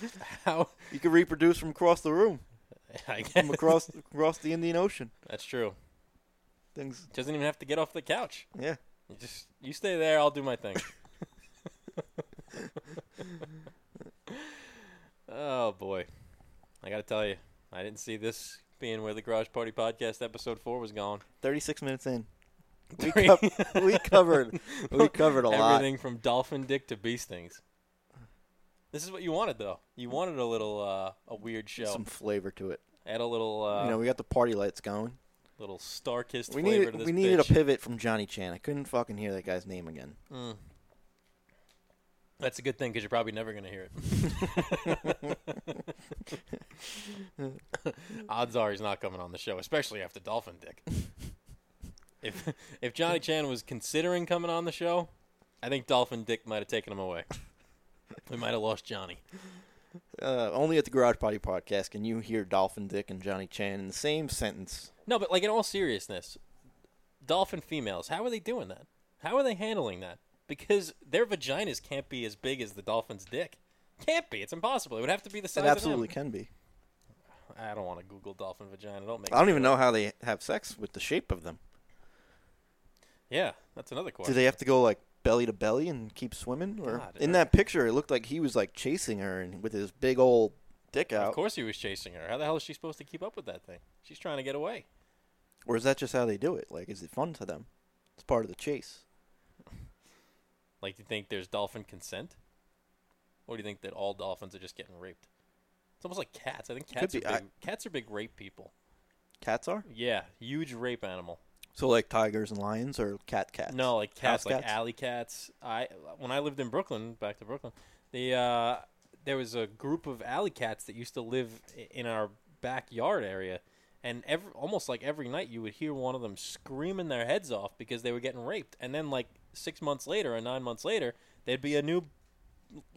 Speaker 1: how?
Speaker 2: You can reproduce from across the room,
Speaker 1: I guess
Speaker 2: from across across the Indian Ocean.
Speaker 1: that's true.
Speaker 2: Things,
Speaker 1: Doesn't even have to get off the couch.
Speaker 2: yeah.
Speaker 1: You just you stay there. I'll do my thing. oh boy, I gotta tell you, I didn't see this being where the Garage Party Podcast episode four was going.
Speaker 2: 36 minutes in. We, cov we covered we covered a lot.
Speaker 1: Everything from dolphin dick to bee stings. This is what you wanted, though. You wanted a little uh, a weird show.
Speaker 2: Some flavor to it.
Speaker 1: Add a little uh,
Speaker 2: you know, we got the party lights going.
Speaker 1: little star kissed
Speaker 2: We
Speaker 1: flavor
Speaker 2: needed
Speaker 1: to this.
Speaker 2: we needed
Speaker 1: bitch.
Speaker 2: a pivot from Johnny Chan. I couldn't fucking hear that guy's name again.
Speaker 1: Mm. That's a good thing because you're probably never going to hear it. Odds are he's not coming on the show, especially after Dolphin Dick. If if Johnny Chan was considering coming on the show, I think Dolphin Dick might have taken him away. We might have lost Johnny.
Speaker 2: Uh, only at the Garage Party podcast can you hear Dolphin Dick and Johnny Chan in the same sentence.
Speaker 1: No, but like in all seriousness, dolphin females, how are they doing that? How are they handling that? Because their vaginas can't be as big as the dolphin's dick. Can't be. It's impossible. It would have to be the size
Speaker 2: It absolutely
Speaker 1: of them.
Speaker 2: can be.
Speaker 1: I don't want to Google dolphin vagina. Don't make.
Speaker 2: I don't even know how they have sex with the shape of them.
Speaker 1: Yeah, that's another
Speaker 2: Do
Speaker 1: question.
Speaker 2: they have to go like belly to belly and keep swimming? Or
Speaker 1: God,
Speaker 2: in
Speaker 1: uh,
Speaker 2: that picture, it looked like he was like chasing her and with his big old dick
Speaker 1: of
Speaker 2: out.
Speaker 1: course, he was chasing her. How the hell is she supposed to keep up with that thing? She's trying to get away.
Speaker 2: Or is that just how they do it? Like, is it fun to them? It's part of the chase.
Speaker 1: Like, do you think there's dolphin consent, or do you think that all dolphins are just getting raped? It's almost like cats. I think cats are
Speaker 2: be.
Speaker 1: big,
Speaker 2: I-
Speaker 1: cats are big rape people.
Speaker 2: Cats are
Speaker 1: Yeah, huge rape animal.
Speaker 2: so like tigers and lions or cat cats.
Speaker 1: No, like cats,
Speaker 2: House
Speaker 1: like
Speaker 2: cats?
Speaker 1: alley cats. I when I lived in Brooklyn, back to Brooklyn, the uh, there was a group of alley cats that used to live i- in our backyard area, and every almost like every night you would hear one of them screaming their heads off because they were getting raped, and then like six months later or nine months later, there'd be a new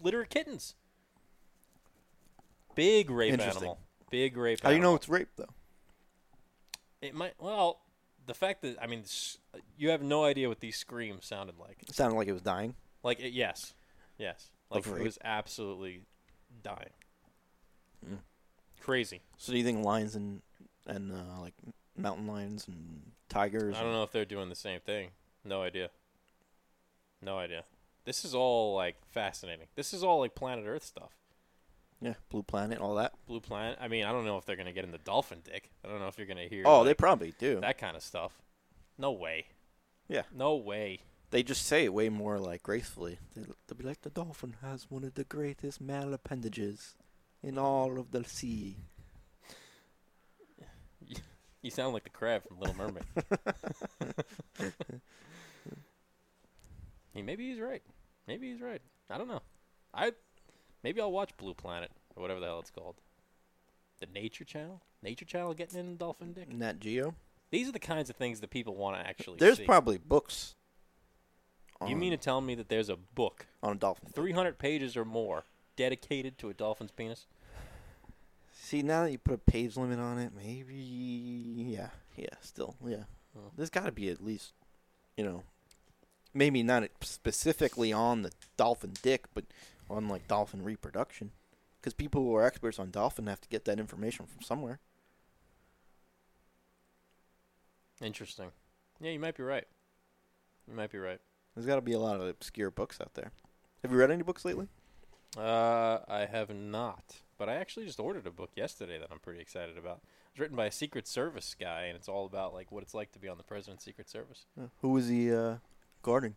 Speaker 1: litter of kittens. Big rape
Speaker 2: Interesting.
Speaker 1: animal. Big rape.
Speaker 2: How do you
Speaker 1: animal.
Speaker 2: know it's rape though?
Speaker 1: It might. Well, the fact that I mean, s- you have no idea what these screams sounded like.
Speaker 2: It sounded like it was dying.
Speaker 1: Like it, yes, yes. Like
Speaker 2: Of
Speaker 1: it
Speaker 2: rape.
Speaker 1: was absolutely dying.
Speaker 2: Hmm.
Speaker 1: Crazy.
Speaker 2: So do you think lions and and uh, like mountain lions and tigers?
Speaker 1: I don't know if they're doing the same thing. No idea. No idea. This is all like fascinating. This is all like planet Earth stuff.
Speaker 2: Yeah, blue planet, all that.
Speaker 1: Blue planet. I mean, I don't know if they're gonna get into dolphin dick. I don't know if you're gonna hear.
Speaker 2: Oh, they
Speaker 1: like,
Speaker 2: probably do.
Speaker 1: that kind of stuff. No way.
Speaker 2: Yeah.
Speaker 1: No way.
Speaker 2: They just say it way more like gracefully. They- They'll be like, the dolphin has one of the greatest male appendages in all of the sea.
Speaker 1: You sound like the crab from Little Mermaid. Hey, maybe he's right. Maybe he's right. I don't know. I maybe I'll watch Blue Planet or whatever the hell it's called. The Nature Channel. Nature Channel getting in dolphin dick.
Speaker 2: Nat Geo.
Speaker 1: These are the kinds of things that people want to actually.
Speaker 2: There's
Speaker 1: see.
Speaker 2: probably books.
Speaker 1: You mean to tell me that there's a book,
Speaker 2: on a dolphin?
Speaker 1: 300 pages or more, dedicated to a dolphin's penis?
Speaker 2: See, now that you put a page limit on it, maybe yeah, yeah, still yeah.
Speaker 1: Hmm.
Speaker 2: There's got to be at least, you know, maybe not it- specifically on the dolphin dick, but on like dolphin reproduction, because people who are experts on dolphin have to get that information from somewhere.
Speaker 1: Interesting. Yeah, you might be right. You might be right.
Speaker 2: There's got to be a lot of obscure books out there. Have you read any books lately?
Speaker 1: Uh, I have not, but I actually just ordered a book yesterday that I'm pretty excited about. It's written by a Secret Service guy, and it's
Speaker 2: Uh,
Speaker 1: all about like what it's like to be on the president's Secret Service.
Speaker 2: Who was the uh, guarding?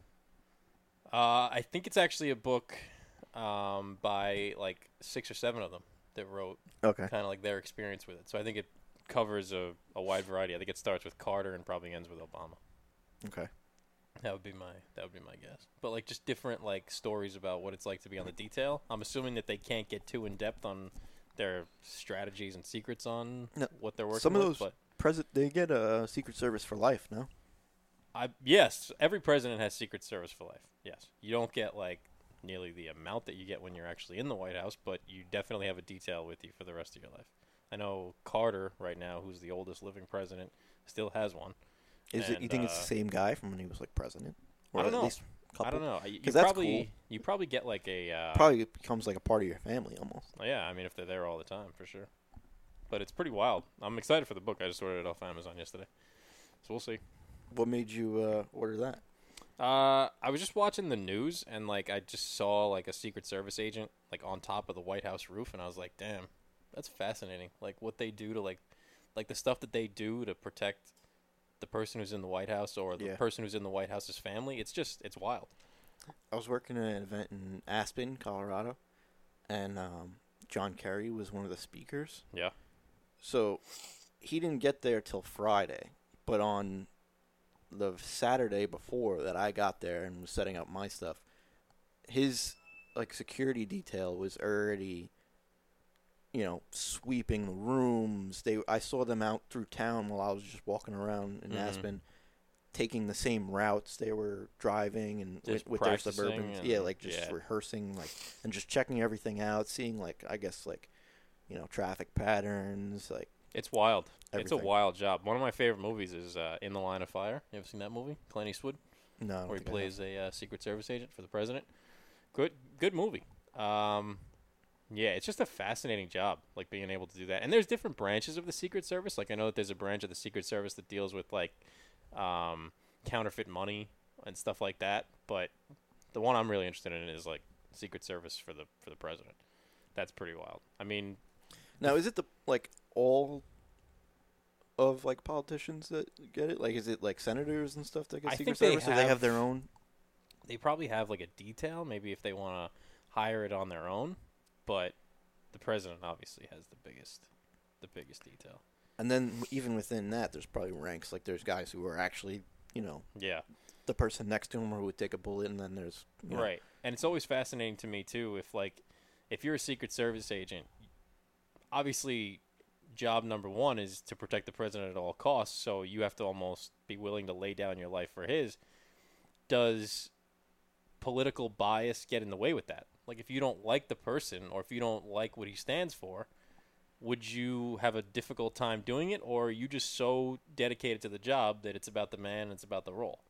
Speaker 1: Uh, I think it's actually a book um, by like six or seven of them that wrote
Speaker 2: Okay.
Speaker 1: kind of like their experience with it. So I think it covers a, a wide variety. I think it starts with Carter and probably ends with Obama.
Speaker 2: Okay.
Speaker 1: That would be my that would be my guess. But like just different like stories about what it's like to be on the detail. I'm assuming that they can't get too in depth on their strategies and secrets on
Speaker 2: No.
Speaker 1: what they're working
Speaker 2: Some of
Speaker 1: with.
Speaker 2: those-
Speaker 1: But
Speaker 2: President, they get a Secret Service for life. No.
Speaker 1: I yes, every president has Secret Service for life. Yes, you don't get like nearly the amount that you get when you're actually in the White House, but you definitely have a detail with you for the rest of your life. I know Carter right now, who's the oldest living president, still has one.
Speaker 2: Is it? You
Speaker 1: And,
Speaker 2: think it's the
Speaker 1: uh,
Speaker 2: same guy from when he was like president?
Speaker 1: I don't know.
Speaker 2: a couple?
Speaker 1: I don't know. I- You
Speaker 2: 'Cause that's
Speaker 1: probably
Speaker 2: cool.
Speaker 1: you probably get like a uh,
Speaker 2: Probably it becomes like a part of your family almost.
Speaker 1: yeah. I mean, if they're there all the time, for sure. But it's pretty wild. I'm excited for the book. I just ordered it off Amazon yesterday, so we'll see.
Speaker 2: What made you uh, order that?
Speaker 1: Uh, I was just watching the news and like I just saw like a Secret Service agent like on top of the White House roof, and I was like, "Damn, that's fascinating!" Like what they do to like, like the stuff that they do to protect the person who's in the White House or the
Speaker 2: Yeah.
Speaker 1: person who's in the White House's family. It's just it's wild.
Speaker 2: I was working at an event in Aspen, Colorado, and um, John Kerry was one of the speakers.
Speaker 1: Yeah.
Speaker 2: So he didn't get there till Friday, but on the Saturday before that, I got there and was setting up my stuff. His like security detail was already, you know, sweeping the rooms. They I saw them out through town while I was just walking around in
Speaker 1: Mhm.
Speaker 2: Aspen, taking the same routes they were driving and
Speaker 1: Just
Speaker 2: with, with their
Speaker 1: practicing
Speaker 2: suburban,
Speaker 1: and-
Speaker 2: yeah, like just
Speaker 1: yeah.
Speaker 2: rehearsing, like and just checking everything out, seeing like I guess like, you know, traffic patterns, like.
Speaker 1: It's wild. It's a
Speaker 2: Everything.
Speaker 1: wild job. One of my favorite movies is uh, In the Line of Fire. You ever seen that movie? Clint Eastwood.
Speaker 2: No, I don't
Speaker 1: where he
Speaker 2: think I have.
Speaker 1: plays a uh, Secret Service agent for the president. Good, good movie. Um, yeah, it's just a fascinating job, like being able to do that. And there's different branches of the Secret Service. Like I know that there's a branch of the Secret Service that deals with like um, counterfeit money and stuff like that. But the one I'm really interested in is like Secret Service for the for the president. That's pretty wild. I mean,
Speaker 2: Now, is it the like all of like politicians that get it? Like, is it like senators and stuff that get
Speaker 1: I think
Speaker 2: Secret
Speaker 1: they
Speaker 2: Service? or they
Speaker 1: have-
Speaker 2: have their own.
Speaker 1: they probably have like a detail, maybe if they want to hire it on their own. But the president obviously has the biggest, the biggest detail.
Speaker 2: And then even within that, there's probably ranks. Like, there's guys who are actually, you know,
Speaker 1: Yeah,
Speaker 2: the person next to him or would take a bullet, and then there's you know,
Speaker 1: right. And it's always fascinating to me too. If like, if you're a Secret Service agent, obviously, job number one is to protect the president at all costs. So you have to almost be willing to lay down your life for his. Does political bias get in the way with that? Like, if you don't like the person or if you don't like what he stands for, would you have a difficult time doing it, or are you just so dedicated to the job that it's about the man and it's about the role?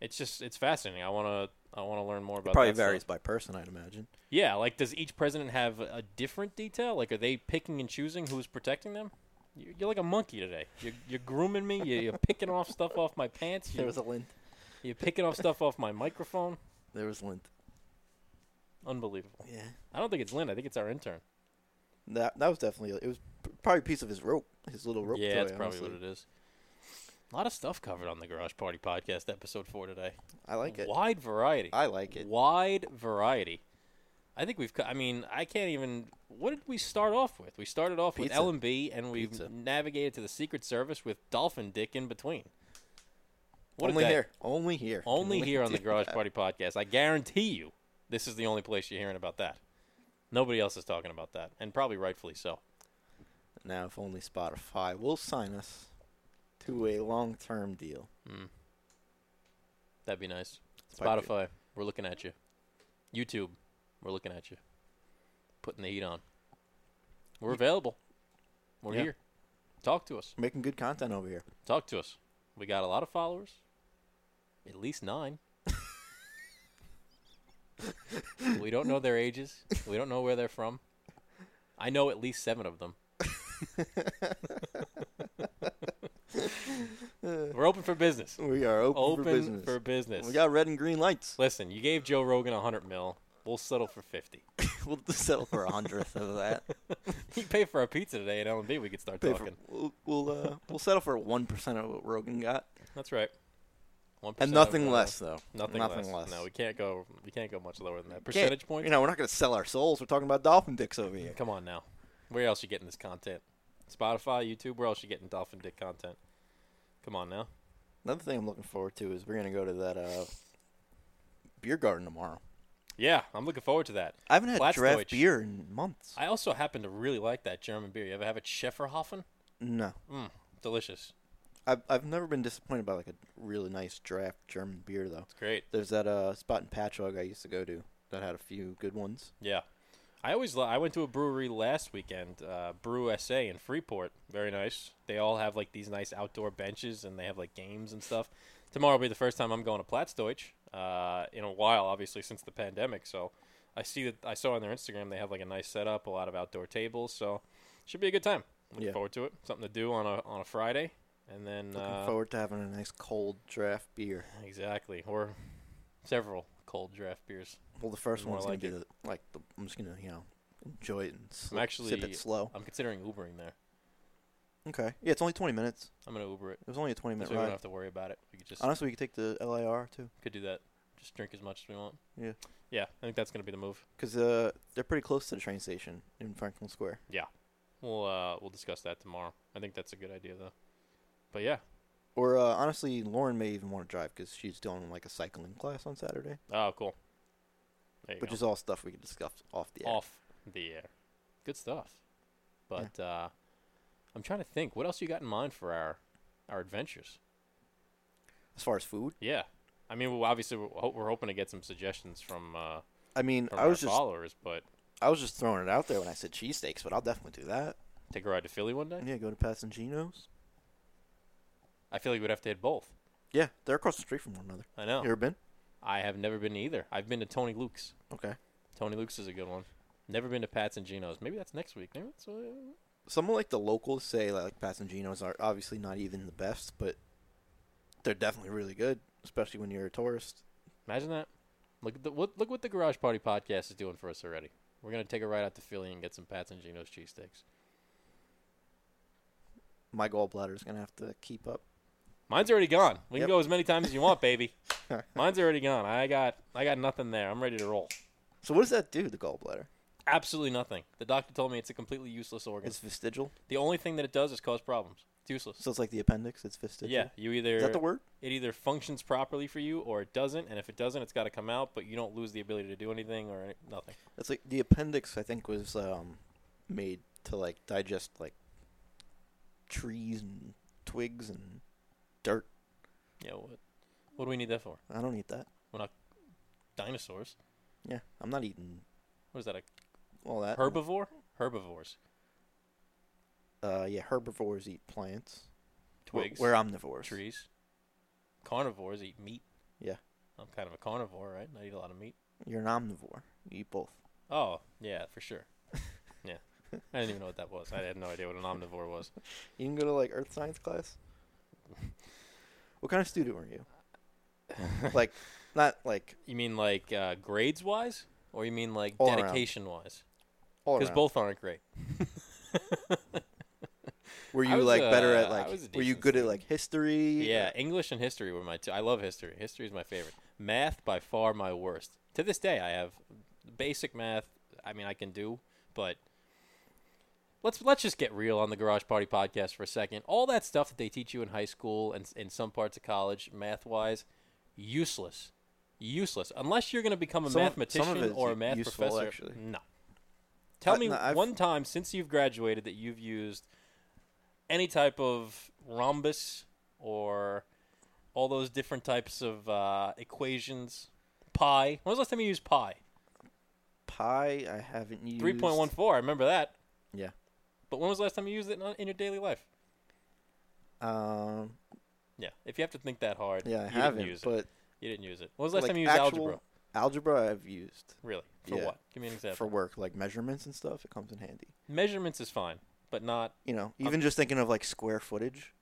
Speaker 1: It's just it's fascinating. I wanna I wanna learn more about.
Speaker 2: Probably
Speaker 1: that stuff.
Speaker 2: varies by person, I'd imagine.
Speaker 1: Yeah, like does each president have a a different detail? Like, are they picking and choosing who's protecting them? You- You're like a monkey today. You're, you're grooming me. You're, you're picking off stuff off my pants. You're,
Speaker 2: a lint.
Speaker 1: you're picking off stuff off my microphone.
Speaker 2: There was lint.
Speaker 1: Unbelievable.
Speaker 2: Yeah,
Speaker 1: I don't think it's Lynn. I think it's our intern.
Speaker 2: that that was definitely it was p- probably a piece of his rope, his little rope.
Speaker 1: yeah,
Speaker 2: toy,
Speaker 1: that's probably
Speaker 2: honestly.
Speaker 1: what it is. A lot of stuff covered on the Garage Party Podcast episode four today.
Speaker 2: I like it.
Speaker 1: Wide variety.
Speaker 2: I like it.
Speaker 1: Wide variety. I think we've. co- I mean, I can't even. What did we start off with? We started off with
Speaker 2: Pizza.
Speaker 1: L and B, and we've
Speaker 2: Pizza.
Speaker 1: navigated to the Secret Service with Dolphin Dick in between. What did
Speaker 2: only
Speaker 1: that-
Speaker 2: here. Only here. Can
Speaker 1: Only
Speaker 2: we
Speaker 1: here on
Speaker 2: do
Speaker 1: the Garage
Speaker 2: that?
Speaker 1: Party Podcast. I guarantee you, this is the only place you're hearing about that. Nobody else is talking about that, and probably rightfully so.
Speaker 2: Now, if only Spotify will sign us to a long term deal.
Speaker 1: Mm. That'd be nice.
Speaker 2: Probably-
Speaker 1: Spotify, we're looking at you. YouTube, we're looking at you. Putting the heat on. We're available. We're
Speaker 2: Yeah.
Speaker 1: here. Talk to us.
Speaker 2: Making good content over here.
Speaker 1: Talk to us. We got a lot of followers. At least nine. we don't know their ages. We don't know where they're from. I know at least seven of them. We're open for business.
Speaker 2: We are open,
Speaker 1: Open
Speaker 2: for business. We got red and green lights.
Speaker 1: Listen, you gave Joe Rogan a hundred mil. We'll settle for fifty.
Speaker 2: we'll settle for a hundredth of that.
Speaker 1: You pay for our pizza today at L and B. We could start
Speaker 2: Pay for-
Speaker 1: talking.
Speaker 2: we'll we'll, uh, we'll settle for one percent of what Rogan got.
Speaker 1: That's right. One
Speaker 2: and nothing less though.
Speaker 1: Nothing,
Speaker 2: nothing
Speaker 1: less.
Speaker 2: less.
Speaker 1: No, we can't go. We can't go much lower than that. Percentage point.
Speaker 2: You know, we're not going to sell our souls. We're talking about dolphin dicks over here.
Speaker 1: Come on now. Where else you getting this content? Spotify, YouTube. Where else you getting dolphin dick content? Come on now.
Speaker 2: Another thing I'm looking forward to is we're going to go to that uh, beer garden tomorrow.
Speaker 1: Yeah, I'm looking forward to that.
Speaker 2: I haven't had
Speaker 1: Platzdeutsch.
Speaker 2: draft beer in months.
Speaker 1: I also happen to really like that German beer. You ever have it, Schäferhofen?
Speaker 2: no,
Speaker 1: Mm, delicious.
Speaker 2: I've I've never been disappointed by like a really nice draft German beer though.
Speaker 1: It's great.
Speaker 2: There's that uh, spot in Patchogue I used to go to that had a few good ones.
Speaker 1: Yeah. I always li- I went to a brewery last weekend, uh, Brew SA in Freeport. Very nice. They all have like these nice outdoor benches and they have like games and stuff. Tomorrow will be the first time I'm going to Platzdeutsch uh, in a while, obviously since the pandemic. So I see that I saw on their Instagram they have like a nice setup, a lot of outdoor tables. So should be a good time. Looking
Speaker 2: Yeah.
Speaker 1: forward to it. Something to do on a on a Friday, and then
Speaker 2: Looking
Speaker 1: uh,
Speaker 2: forward to having a nice cold draft beer.
Speaker 1: exactly or several cold draft beers.
Speaker 2: Well, the first
Speaker 1: More
Speaker 2: one's
Speaker 1: like
Speaker 2: gonna be the, like the, I'm just gonna you know enjoy it and sl-
Speaker 1: actually-
Speaker 2: sip it slow.
Speaker 1: I'm considering Ubering there.
Speaker 2: Okay, yeah, it's only 20 minutes.
Speaker 1: I'm gonna Uber it,
Speaker 2: It was only a 20
Speaker 1: so
Speaker 2: minute
Speaker 1: we don't
Speaker 2: ride.
Speaker 1: have to worry about it. We could just
Speaker 2: Honestly, we could take the LIR too
Speaker 1: could do that. Just drink as much as we want.
Speaker 2: Yeah.
Speaker 1: Yeah, I think that's gonna be the move.
Speaker 2: because uh, they're pretty close to the train station in Franklin Square.
Speaker 1: We'll uh we'll discuss that tomorrow. I think that's a good idea though. But yeah.
Speaker 2: Or uh, honestly, Lauren may even want to drive because she's doing like a cycling class on Saturday,
Speaker 1: Oh, cool. There you
Speaker 2: which
Speaker 1: go.
Speaker 2: is all stuff we can discuss off the air.
Speaker 1: off the air. Good stuff. But uh I'm trying to think. What else you got in mind for our our adventures?
Speaker 2: As far as food,
Speaker 1: Yeah. I mean, we obviously we're, ho- we're hoping to get some suggestions from uh
Speaker 2: I mean,
Speaker 1: from
Speaker 2: I
Speaker 1: our
Speaker 2: was just
Speaker 1: followers, but
Speaker 2: I was just throwing it out there when I said cheesesteaks, but I'll definitely do that.
Speaker 1: take a ride to Philly one day.
Speaker 2: Yeah, go to Passaginos.
Speaker 1: I feel like we'd have to hit both.
Speaker 2: Yeah, they're across the street from one another.
Speaker 1: I know.
Speaker 2: You ever been?
Speaker 1: I have never been to either. I've been to Tony Luke's.
Speaker 2: Okay.
Speaker 1: Tony Luke's is a good one. Never been to Pat's and Geno's. Maybe that's next week. Maybe that's, uh,
Speaker 2: Some of like the locals say like Passaginos are obviously not even the best, but they're definitely really good, especially when you're a tourist.
Speaker 1: imagine that. Look at the what, look what the Garage Party podcast is doing for us already. We're gonna take a ride out to Philly and get some Pat's and Geno's cheesesteaks.
Speaker 2: My gallbladder's gonna have to keep up.
Speaker 1: Mine's already gone. We
Speaker 2: Yep.
Speaker 1: can go as many times as you want, baby. Mine's already gone. I got I got nothing there. I'm ready to roll.
Speaker 2: So what does that do? The gallbladder?
Speaker 1: Absolutely nothing. The doctor told me it's a completely useless organ.
Speaker 2: It's vestigial,
Speaker 1: the only thing that it does is cause problems. It's useless.
Speaker 2: so it's like the appendix. It's vestigial.
Speaker 1: Yeah, you either
Speaker 2: Is that the word?
Speaker 1: it either functions properly for you or it doesn't, and if it doesn't, it's got to come out. But you don't lose the ability to do anything or any, nothing.
Speaker 2: It's like the appendix. I think was um, made to like digest like trees and twigs and dirt.
Speaker 1: Yeah, what? What do we need that for?
Speaker 2: I don't eat that.
Speaker 1: Dinosaurs?
Speaker 2: Yeah, I'm not eating
Speaker 1: What is that? A
Speaker 2: all that.
Speaker 1: herbivore? Herbivores.
Speaker 2: Uh, yeah, herbivores eat plants. We're-
Speaker 1: Twigs.
Speaker 2: We're omnivores.
Speaker 1: trees. Carnivores eat meat.
Speaker 2: Yeah.
Speaker 1: I'm kind of a carnivore, right? I eat a lot of meat.
Speaker 2: You're an omnivore. You eat both.
Speaker 1: Oh, yeah, for sure. yeah. I didn't even know what that was. I had no idea what an omnivore was.
Speaker 2: You can go to like earth science class. what kind of student were you? like, not like
Speaker 1: You mean like uh, grades wise? Or you mean like
Speaker 2: All around.
Speaker 1: dedication wise?
Speaker 2: all
Speaker 1: Because
Speaker 2: around.
Speaker 1: both aren't great.
Speaker 2: were
Speaker 1: I
Speaker 2: you
Speaker 1: was,
Speaker 2: like better
Speaker 1: uh,
Speaker 2: at
Speaker 1: I
Speaker 2: like?
Speaker 1: was a
Speaker 2: Were you
Speaker 1: decent
Speaker 2: good at
Speaker 1: student.
Speaker 2: like history?
Speaker 1: Yeah, English and history were my two. I love history. History is my favorite. Math by far my worst. To this day, I have basic math. I mean, I can do, but let's let's just get real on the Garage Party podcast for a second. All that stuff that they teach you in high school and s- in some parts of college, math wise, useless, useless. Unless you're going to become a
Speaker 2: Some of- some of
Speaker 1: mathematician
Speaker 2: it's
Speaker 1: or a math
Speaker 2: useful,
Speaker 1: professor,
Speaker 2: actually.
Speaker 1: no. Tell
Speaker 2: I-
Speaker 1: me
Speaker 2: no, I've-
Speaker 1: one time since you've graduated that you've used any type of rhombus or all those different types of uh, equations. Pi. When was the last time you used pi?
Speaker 2: Pi. I haven't used.
Speaker 1: Three point one four. I remember that.
Speaker 2: Yeah.
Speaker 1: But when was the last time you used it in, in your daily life?
Speaker 2: Um.
Speaker 1: Yeah. If you have to think that hard,
Speaker 2: Yeah, I
Speaker 1: you
Speaker 2: haven't.
Speaker 1: didn't use it.
Speaker 2: But
Speaker 1: You didn't use it. When was the last
Speaker 2: like,
Speaker 1: time you used
Speaker 2: actual
Speaker 1: algebra?
Speaker 2: Algebra, I've used
Speaker 1: Really? For
Speaker 2: Yeah.
Speaker 1: what? Give me an example.
Speaker 2: for work, like measurements and stuff. It comes in handy.
Speaker 1: Measurements is fine, but not.
Speaker 2: You know, even just thinking of like square footage,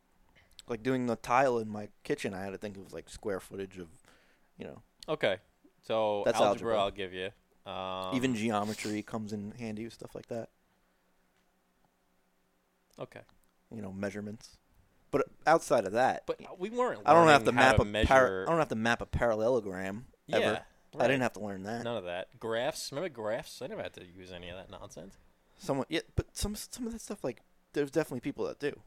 Speaker 2: like doing the tile in my kitchen, I had to think of like square footage of, you know,
Speaker 1: Okay. So
Speaker 2: That's
Speaker 1: algebra,
Speaker 2: algebra.
Speaker 1: I'll give you. Um,
Speaker 2: even geometry comes in handy with stuff like that.
Speaker 1: okay.
Speaker 2: You know, measurements. But outside of that,
Speaker 1: But we weren't.
Speaker 2: I don't have
Speaker 1: learning
Speaker 2: to
Speaker 1: how
Speaker 2: map a par-
Speaker 1: measure.
Speaker 2: I don't have to map a parallelogram
Speaker 1: yeah,
Speaker 2: ever. I
Speaker 1: right.
Speaker 2: didn't have to learn that.
Speaker 1: none of that. Graphs. Remember graphs? I never had to use any of that nonsense.
Speaker 2: Someone, yeah, but some some of that stuff like there's definitely people that do.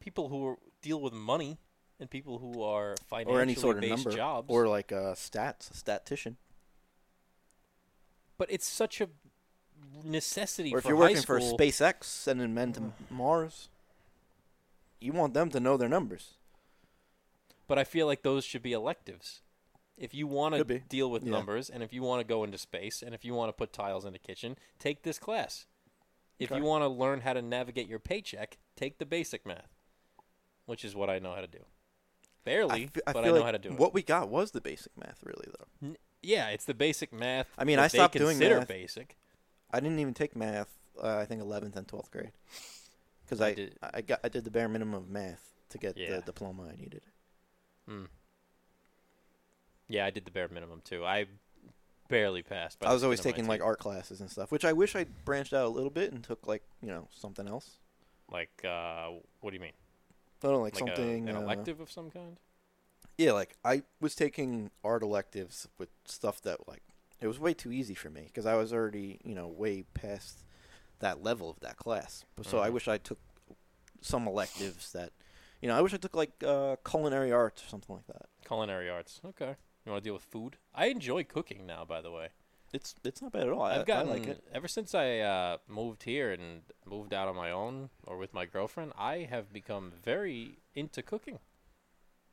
Speaker 1: People who are, deal with money and people who are financially
Speaker 2: or any sort of
Speaker 1: based
Speaker 2: number,
Speaker 1: jobs.
Speaker 2: or like uh, stats, a statistician,
Speaker 1: but it's such a necessity
Speaker 2: or if
Speaker 1: for
Speaker 2: you're
Speaker 1: high
Speaker 2: working for
Speaker 1: school. Mm.
Speaker 2: SpaceX sending men to Mars, you want them to know their numbers.
Speaker 1: But I feel like those should be electives. If you want
Speaker 2: Could
Speaker 1: to
Speaker 2: be.
Speaker 1: deal with
Speaker 2: Yeah.
Speaker 1: numbers, and if you want to go into space, and if you want to put tiles in a kitchen, take this class. If
Speaker 2: Okay.
Speaker 1: you want to learn how to navigate your paycheck, take the basic math, which is what I know how to do. Barely,
Speaker 2: fe-
Speaker 1: but I know
Speaker 2: like
Speaker 1: how to do it.
Speaker 2: What we got was the basic math, really though.
Speaker 1: N- yeah, it's the basic math.
Speaker 2: I mean,
Speaker 1: that
Speaker 2: I stopped
Speaker 1: they
Speaker 2: doing
Speaker 1: consider
Speaker 2: math.
Speaker 1: basic.
Speaker 2: I didn't even take math. Uh, I think 11th and 12th grade, because
Speaker 1: I
Speaker 2: I
Speaker 1: did-
Speaker 2: I got I did the bare minimum of math to get
Speaker 1: Yeah.
Speaker 2: the diploma I needed.
Speaker 1: Mm. Yeah, I did the bare minimum too. I barely passed. by
Speaker 2: I
Speaker 1: the
Speaker 2: was
Speaker 1: skin
Speaker 2: always
Speaker 1: of my
Speaker 2: taking
Speaker 1: teeth.
Speaker 2: like art classes and stuff, which I wish I branched out a little bit and took like you know something else.
Speaker 1: like, uh, what do you mean?
Speaker 2: I don't know, like,
Speaker 1: Like a-
Speaker 2: something
Speaker 1: an
Speaker 2: uh,
Speaker 1: elective of some kind.
Speaker 2: Yeah, like I was taking art electives with stuff that like it was way too easy for me because I was already you know way past that level of that class. But so I
Speaker 1: Mhm.
Speaker 2: wish I took some electives that you know I wish I took like uh, culinary arts or something like that.
Speaker 1: Culinary arts. Okay. You want to deal with food? I enjoy cooking now, by the way.
Speaker 2: It's it's not bad at all. I,
Speaker 1: I've gotten
Speaker 2: I like it.
Speaker 1: ever since I uh, moved here and moved out on my own or with my girlfriend. I have become very into cooking.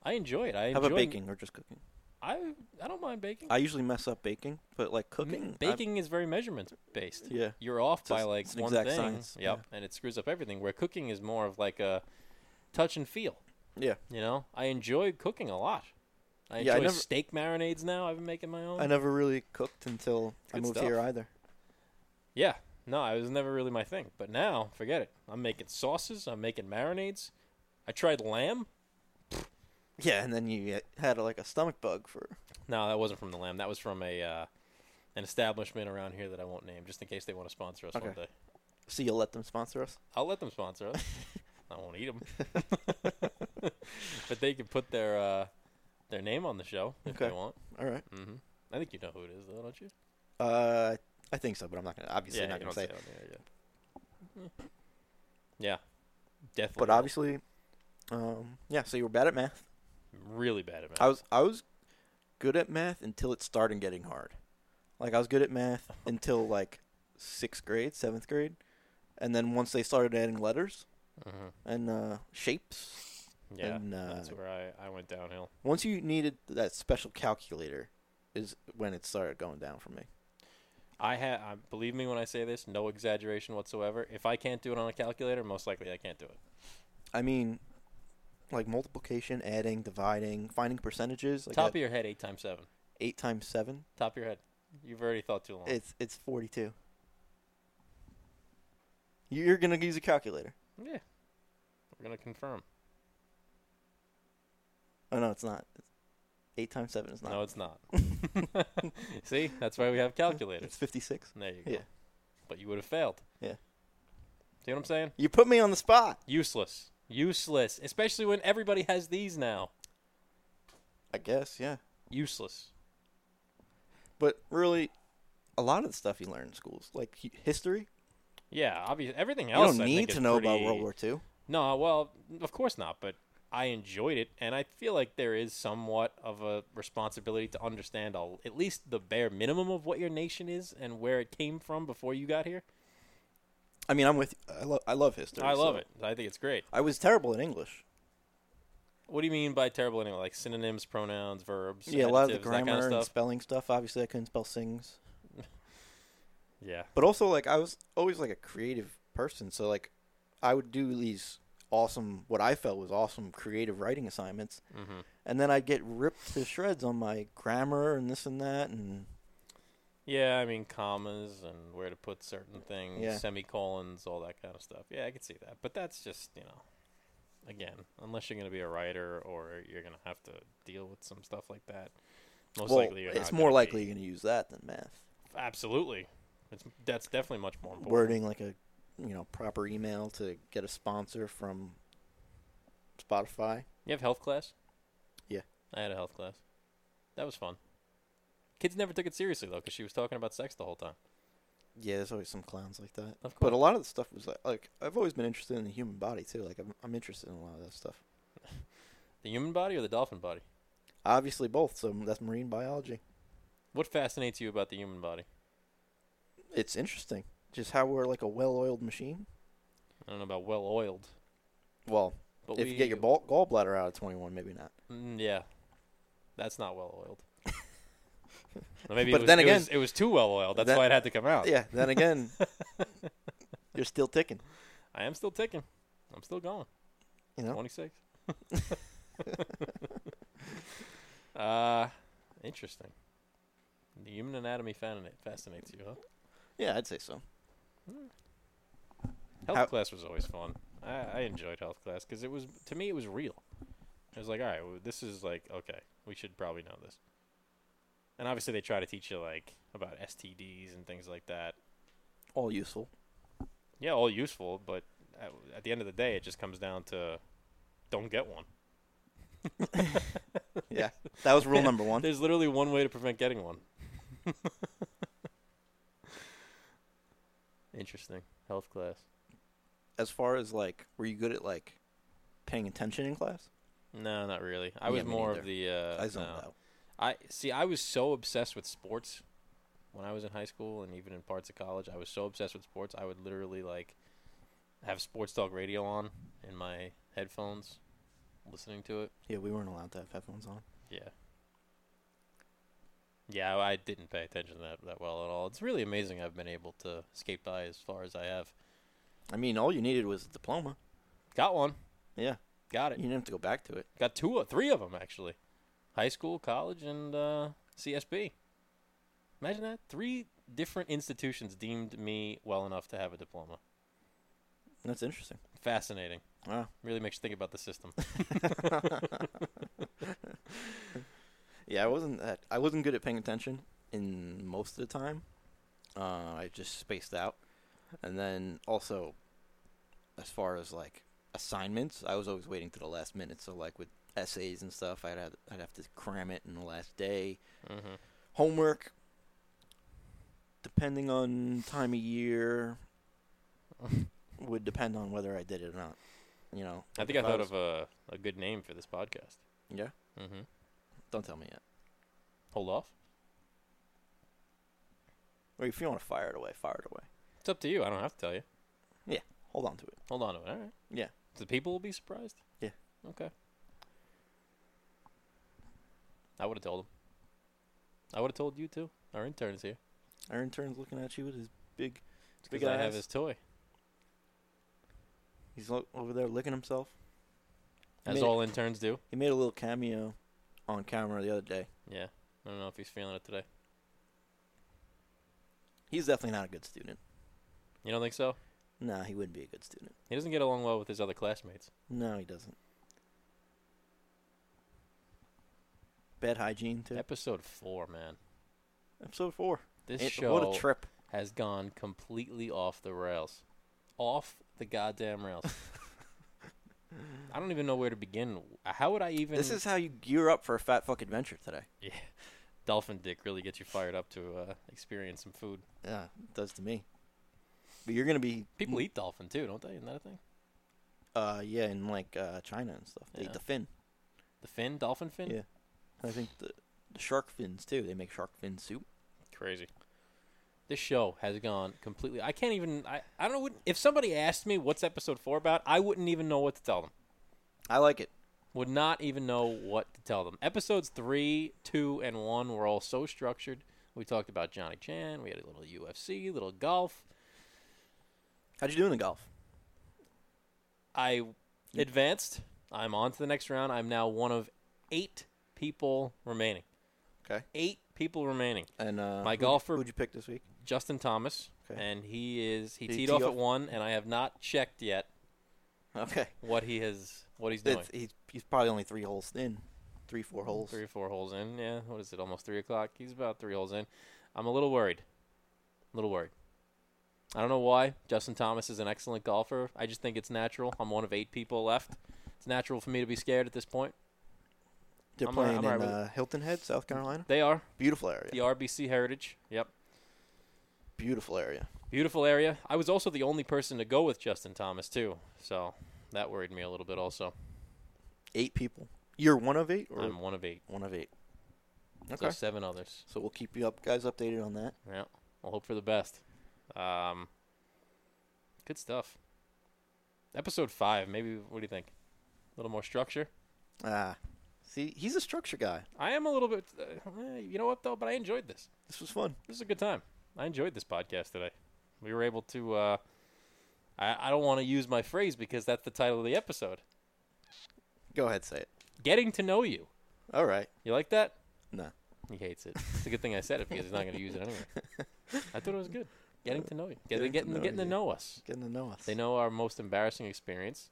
Speaker 1: I enjoy it. I
Speaker 2: How
Speaker 1: enjoy
Speaker 2: about baking or just cooking?
Speaker 1: I I don't mind baking.
Speaker 2: I usually mess up baking, but like
Speaker 1: M-
Speaker 2: cooking, I've-
Speaker 1: Mm-hmm. baking is very measurement based.
Speaker 2: yeah.
Speaker 1: You're off
Speaker 2: It's a-
Speaker 1: by like
Speaker 2: it's an
Speaker 1: one
Speaker 2: exact
Speaker 1: thing.
Speaker 2: science,
Speaker 1: Yep, and it screws up everything. Where cooking is more of like a touch and feel.
Speaker 2: Yeah.
Speaker 1: You know, I enjoy cooking a lot. I enjoy
Speaker 2: Yeah, I never-
Speaker 1: steak marinades now. I've been making my own.
Speaker 2: I never really cooked until I
Speaker 1: Good
Speaker 2: moved
Speaker 1: stuff.
Speaker 2: here either.
Speaker 1: Yeah. No, it was never really my thing. But now, forget it. I'm making sauces. I'm making marinades. I tried lamb.
Speaker 2: Yeah, and then you uh, had like a stomach bug for
Speaker 1: No, that wasn't from the lamb. That was from a uh, an establishment around here that I won't name, just in case they want to sponsor us one
Speaker 2: Okay.
Speaker 1: day.
Speaker 2: so you'll let them sponsor us.
Speaker 1: I'll let them sponsor us. I won't eat them, but they can put their uh, their name on the show if they
Speaker 2: Okay.
Speaker 1: want.
Speaker 2: All right.
Speaker 1: hmm I think you know who it is, though, don't you?
Speaker 2: Uh, I think so, but I'm not gonna obviously
Speaker 1: yeah,
Speaker 2: not
Speaker 1: you don't
Speaker 2: gonna say.
Speaker 1: it
Speaker 2: it.
Speaker 1: on the air, yeah. Mm. yeah, definitely.
Speaker 2: But obviously, um, yeah. So you were bad at math.
Speaker 1: really bad at math.
Speaker 2: I was I was good at math until it started getting hard. Like I was good at math until like sixth grade, seventh grade, and then once they started adding letters
Speaker 1: Mhm.
Speaker 2: and uh, shapes,
Speaker 1: Yeah,
Speaker 2: and uh,
Speaker 1: that's where I, I went downhill.
Speaker 2: once you needed that special calculator, is when it started going down for me.
Speaker 1: I had I, believe me when I say this, no exaggeration whatsoever. If I can't do it on a calculator, most likely I can't do it.
Speaker 2: I mean, like multiplication, adding, dividing, finding percentages. Like
Speaker 1: Top
Speaker 2: at
Speaker 1: of your head, eight times seven.
Speaker 2: eight times seven.
Speaker 1: Top of your head. You've already thought too long.
Speaker 2: It's it's forty two. You're gonna use a calculator.
Speaker 1: yeah, we're gonna confirm.
Speaker 2: Oh no, it's not. It's eight times seven is not.
Speaker 1: No, it's not. See, that's why we have calculators.
Speaker 2: It's fifty six.
Speaker 1: There you go.
Speaker 2: Yeah.
Speaker 1: But you would have failed.
Speaker 2: Yeah.
Speaker 1: See what I'm saying?
Speaker 2: You put me on the spot.
Speaker 1: Useless. Useless. Especially when everybody has these now.
Speaker 2: I guess, yeah.
Speaker 1: Useless.
Speaker 2: But really, a lot of the stuff you learn in schools, like hi- history,
Speaker 1: Yeah, obviously everything
Speaker 2: you
Speaker 1: else.
Speaker 2: don't
Speaker 1: I think
Speaker 2: need
Speaker 1: is
Speaker 2: to know about
Speaker 1: pretty-
Speaker 2: World War Two.
Speaker 1: No, well, of course not, but I enjoyed it, and I feel like there is somewhat of a responsibility to understand all, at least the bare minimum of what your nation is and where it came from before you got here.
Speaker 2: I mean, I'm with. I love. I love history.
Speaker 1: I love
Speaker 2: so-
Speaker 1: it. I think it's great.
Speaker 2: I was terrible at English.
Speaker 1: What do you mean by terrible anyway? Like synonyms, pronouns, verbs,
Speaker 2: Yeah, a lot of the
Speaker 1: adjectives, that kind
Speaker 2: grammar
Speaker 1: of
Speaker 2: and
Speaker 1: stuff.
Speaker 2: spelling stuff. Obviously, I couldn't spell things.
Speaker 1: yeah,
Speaker 2: but also like I was always like a creative person, so like I would do these awesome what I felt was awesome creative writing assignments,
Speaker 1: hmm
Speaker 2: and then I'd get ripped to shreds on my grammar and this and that, and
Speaker 1: yeah. I mean commas and where to put certain things,
Speaker 2: Yeah.
Speaker 1: semicolons, all that kind of stuff. Yeah, I can see that, but that's just you know, again, unless you're going to be a writer or you're going to have to deal with some stuff like that. Most
Speaker 2: well,
Speaker 1: likely, you're
Speaker 2: it's
Speaker 1: not
Speaker 2: more
Speaker 1: gonna
Speaker 2: likely
Speaker 1: be-
Speaker 2: you're gonna use that than math
Speaker 1: Absolutely, it's that's definitely much more important.
Speaker 2: wording like a you know proper email to get a sponsor from Spotify.
Speaker 1: You have health class?
Speaker 2: Yeah.
Speaker 1: I had a health class. That was fun. Kids never took it seriously, though, because she was talking about sex the whole time.
Speaker 2: Yeah, there's always some clowns like that.
Speaker 1: Of course.
Speaker 2: But a lot of the stuff was like, like I've always been interested in the human body too. Like I'm, I'm interested in a lot of that stuff.
Speaker 1: The human body or the dolphin body?
Speaker 2: Obviously both. So that's marine biology.
Speaker 1: What fascinates you about the human body?
Speaker 2: It's interesting. Just how we're like a well-oiled machine.
Speaker 1: I don't know about well oiled.
Speaker 2: Well,
Speaker 1: But
Speaker 2: if
Speaker 1: we,
Speaker 2: you get your ball, gallbladder out at 21, maybe not.
Speaker 1: Mm, yeah. That's not well oiled. Maybe it
Speaker 2: But
Speaker 1: was,
Speaker 2: then
Speaker 1: it
Speaker 2: again-
Speaker 1: was- it was too well oiled. That's
Speaker 2: That-
Speaker 1: why it had to come out.
Speaker 2: Yeah. Then again, you're still ticking.
Speaker 1: I am still ticking. I'm still going.
Speaker 2: You know.
Speaker 1: 26. uh, interesting. The human anatomy fascinate, fascinates you, huh?
Speaker 2: Yeah, I'd say so.
Speaker 1: Health
Speaker 2: How-
Speaker 1: class was always fun. I, I enjoyed health class because it was to me it was real. It was like, all right, well, this is like okay, we should probably know this. And obviously, they try to teach you like about STDs and things like that.
Speaker 2: All useful.
Speaker 1: Yeah, all useful, but at, at the end of the day, it just comes down to don't get one.
Speaker 2: Yeah. That was rule number one.
Speaker 1: There's literally one way to prevent getting one. Interesting. Health class.
Speaker 2: As far as like, were you good at like paying attention in class?
Speaker 1: No, not really. I
Speaker 2: Yeah,
Speaker 1: was
Speaker 2: me
Speaker 1: more of the uh
Speaker 2: I zoned
Speaker 1: no.
Speaker 2: out.
Speaker 1: I see I was so obsessed with sports when I was in high school and even in parts of college. I was so obsessed with sports. I would literally like have sports talk radio on in my headphones listening to it.
Speaker 2: Yeah, we weren't allowed to have headphones on.
Speaker 1: Yeah. Yeah, I I didn't pay attention to that that well at all. It's really amazing I've been able to skate by as far as I have.
Speaker 2: I mean, all you needed was a diploma.
Speaker 1: Got one.
Speaker 2: Yeah,
Speaker 1: Got
Speaker 2: you
Speaker 1: it.
Speaker 2: didn't have to go back to it.
Speaker 1: Got two, three of them actually. High school, college, and uh, CSB. Imagine that. Three different institutions deemed me well enough to have a diploma.
Speaker 2: That's interesting.
Speaker 1: Fascinating.
Speaker 2: Wow.
Speaker 1: Really makes you think about the system.
Speaker 2: Yeah, I wasn't that. I wasn't good at paying attention in most of the time. Uh, I just spaced out, and then also, as far as like assignments, I was always waiting to the last minute. So like with essays and stuff, I'd have, I'd have to cram it in the last day.
Speaker 1: hmm
Speaker 2: Homework, depending on time of year, would depend on whether I did it or not. You know,
Speaker 1: I
Speaker 2: like,
Speaker 1: think I
Speaker 2: if
Speaker 1: thought
Speaker 2: was-
Speaker 1: of a, a good name for this podcast.
Speaker 2: yeah.
Speaker 1: Mm-hmm.
Speaker 2: Don't tell me yet.
Speaker 1: Hold off.
Speaker 2: Or if you want to fire it away, fire it away.
Speaker 1: It's up to you. I don't have to tell you.
Speaker 2: Hold on to it.
Speaker 1: Hold on to it. All right.
Speaker 2: Yeah.
Speaker 1: The people will be surprised.
Speaker 2: Yeah.
Speaker 1: Okay. I would have told them. I would have told you too. Our intern is here.
Speaker 2: Our intern's looking at you with his big.
Speaker 1: It's
Speaker 2: Big
Speaker 1: because I have
Speaker 2: eyes.
Speaker 1: his toy.
Speaker 2: He's lo- over there licking himself.
Speaker 1: As
Speaker 2: Made-
Speaker 1: all interns do.
Speaker 2: He made a little cameo on camera the other day.
Speaker 1: Yeah. I don't know if he's feeling it today.
Speaker 2: He's definitely not a good student.
Speaker 1: You don't think so?
Speaker 2: Nah, he wouldn't be a good student.
Speaker 1: He doesn't get along well with his other classmates.
Speaker 2: No, he doesn't. Bad hygiene too.
Speaker 1: Episode four, man.
Speaker 2: Episode four.
Speaker 1: This
Speaker 2: It-
Speaker 1: show
Speaker 2: What a trip!
Speaker 1: has gone completely off the rails. Off the goddamn rails. I don't even know where to begin. How would I even
Speaker 2: This is how you gear up for a fat fuck adventure today.
Speaker 1: Yeah. Dolphin dick really gets you fired up to uh, experience some food.
Speaker 2: Yeah, it does to me. But you're gonna be
Speaker 1: People eat dolphin too, don't they? Isn't that a thing?
Speaker 2: Uh, yeah, in like uh, China and stuff. They
Speaker 1: Yeah.
Speaker 2: eat the fin.
Speaker 1: The fin, dolphin fin?
Speaker 2: Yeah. I think the, the shark fins too. They make shark fin soup.
Speaker 1: Crazy. This show has gone completely. I can't even. I, I don't know. What, if somebody asked me what's episode four about, I wouldn't even know what to tell them.
Speaker 2: I like it.
Speaker 1: Would not even know what to tell them. Episodes three, two, and one were all so structured. We talked about Johnny Chan. We had a little UFC, little golf.
Speaker 2: How'd you do in the golf?
Speaker 1: I advanced. I'm on to the next round. I'm now one of eight people remaining.
Speaker 2: Okay.
Speaker 1: Eight people remaining.
Speaker 2: And uh,
Speaker 1: My
Speaker 2: who'd-
Speaker 1: golfer-
Speaker 2: Who'd you pick this week?
Speaker 1: Justin Thomas,
Speaker 2: Okay.
Speaker 1: and he is he
Speaker 2: Did he
Speaker 1: teed
Speaker 2: tee
Speaker 1: off
Speaker 2: off?
Speaker 1: at one, and I have not checked yet
Speaker 2: Okay.
Speaker 1: what he has what he's doing.
Speaker 2: It's, he's, he's probably only three holes in, three four holes.
Speaker 1: Three or four holes in. Yeah, what is it? Almost three o'clock. He's about three holes in. I'm a little worried. A little worried. I don't know why. Justin Thomas is an excellent golfer. I just think it's natural. I'm one of eight people left. It's It's natural for me to be scared at this point.
Speaker 2: They're
Speaker 1: I'm all right-
Speaker 2: playing
Speaker 1: I'm all
Speaker 2: in
Speaker 1: right with Mm-hmm.
Speaker 2: uh, Hilton Head, South Carolina.
Speaker 1: They are
Speaker 2: Beautiful area.
Speaker 1: the RBC Heritage. Yep.
Speaker 2: Beautiful area.
Speaker 1: Beautiful area. I was also the only person to go with Justin Thomas too, so that worried me a little bit. Also,
Speaker 2: Eight people. You're one of eight, or
Speaker 1: I'm one of eight,
Speaker 2: one of eight.
Speaker 1: so
Speaker 2: Okay.
Speaker 1: seven others.
Speaker 2: So we'll keep you up, guys, updated on that.
Speaker 1: Yeah, I'll hope for the best. Um, good stuff. Episode five, maybe. What do you think? A little more structure.
Speaker 2: Ah, see, he's a structure guy.
Speaker 1: I am a little bit. Uh, eh, you know what though? But I enjoyed this.
Speaker 2: This was fun.
Speaker 1: This is a good time. I enjoyed this podcast today. We were able to. Uh, I, I don't want to use my phrase because that's the title of the episode.
Speaker 2: Go ahead, say it.
Speaker 1: Getting to know you.
Speaker 2: All right.
Speaker 1: You like that?
Speaker 2: No.
Speaker 1: He hates it. It's a good thing I said it because he's not going to use it anyway. I thought it was good. Getting to know you. Getting, getting,
Speaker 2: Getting to know
Speaker 1: getting to
Speaker 2: you.
Speaker 1: know us.
Speaker 2: Getting to know us.
Speaker 1: They know our most embarrassing experience.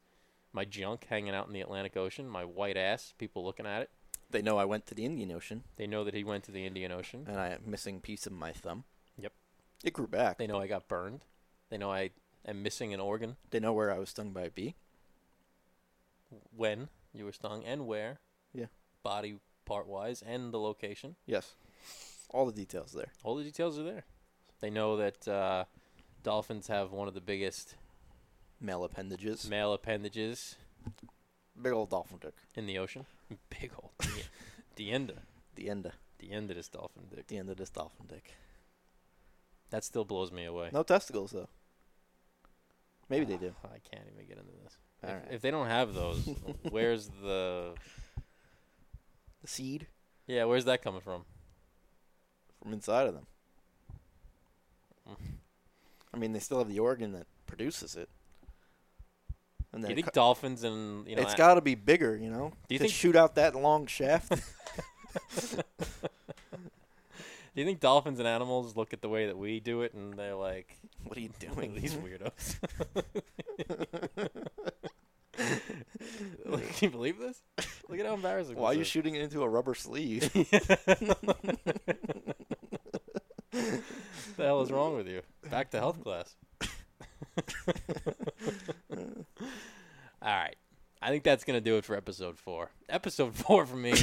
Speaker 1: My junk hanging out in the Atlantic Ocean. My white ass. People looking at it.
Speaker 2: They know I went to the Indian Ocean
Speaker 1: They know that he went to the Indian Ocean.
Speaker 2: and I am missing piece of my thumb.
Speaker 1: Yep.
Speaker 2: It grew back.
Speaker 1: They know I got burned. They know I am missing an organ.
Speaker 2: They know where I was stung by a bee.
Speaker 1: When you were stung and where.
Speaker 2: Yeah.
Speaker 1: Body part wise and the location.
Speaker 2: Yes. All the details there.
Speaker 1: All the details are there. They know that uh, dolphins have one of the biggest
Speaker 2: Male appendages.
Speaker 1: male appendages
Speaker 2: Big old dolphin dick.
Speaker 1: in the ocean. Big old Dienda.
Speaker 2: The end. Of,
Speaker 1: The end of this dolphin dick.
Speaker 2: the end of this dolphin dick.
Speaker 1: That still blows me away.
Speaker 2: No testicles though. Maybe they
Speaker 1: Ah,
Speaker 2: do.
Speaker 1: I can't even get into this.
Speaker 2: All
Speaker 1: If,
Speaker 2: right.
Speaker 1: if they don't have those, where's the
Speaker 2: The seed
Speaker 1: yeah? Where's that coming from?
Speaker 2: from inside of them.
Speaker 1: Mm.
Speaker 2: I mean, they still have the organ that produces it. And
Speaker 1: Do you
Speaker 2: it
Speaker 1: think
Speaker 2: co-
Speaker 1: dolphins and you know?
Speaker 2: it's
Speaker 1: a-
Speaker 2: got to be bigger, you know,
Speaker 1: Do you
Speaker 2: to
Speaker 1: think-
Speaker 2: shoot out that long shaft.
Speaker 1: do you think dolphins and animals look at the way that we do it and they're like,
Speaker 2: what are you
Speaker 1: "Look at
Speaker 2: doing?
Speaker 1: these weirdos"? like, can you believe this? Look at how embarrassing.
Speaker 2: Why are you
Speaker 1: this
Speaker 2: shooting it into a rubber sleeve?
Speaker 1: is. the hell is wrong with you? Back to health class. All right. I think that's going to do it for episode four. Episode four for me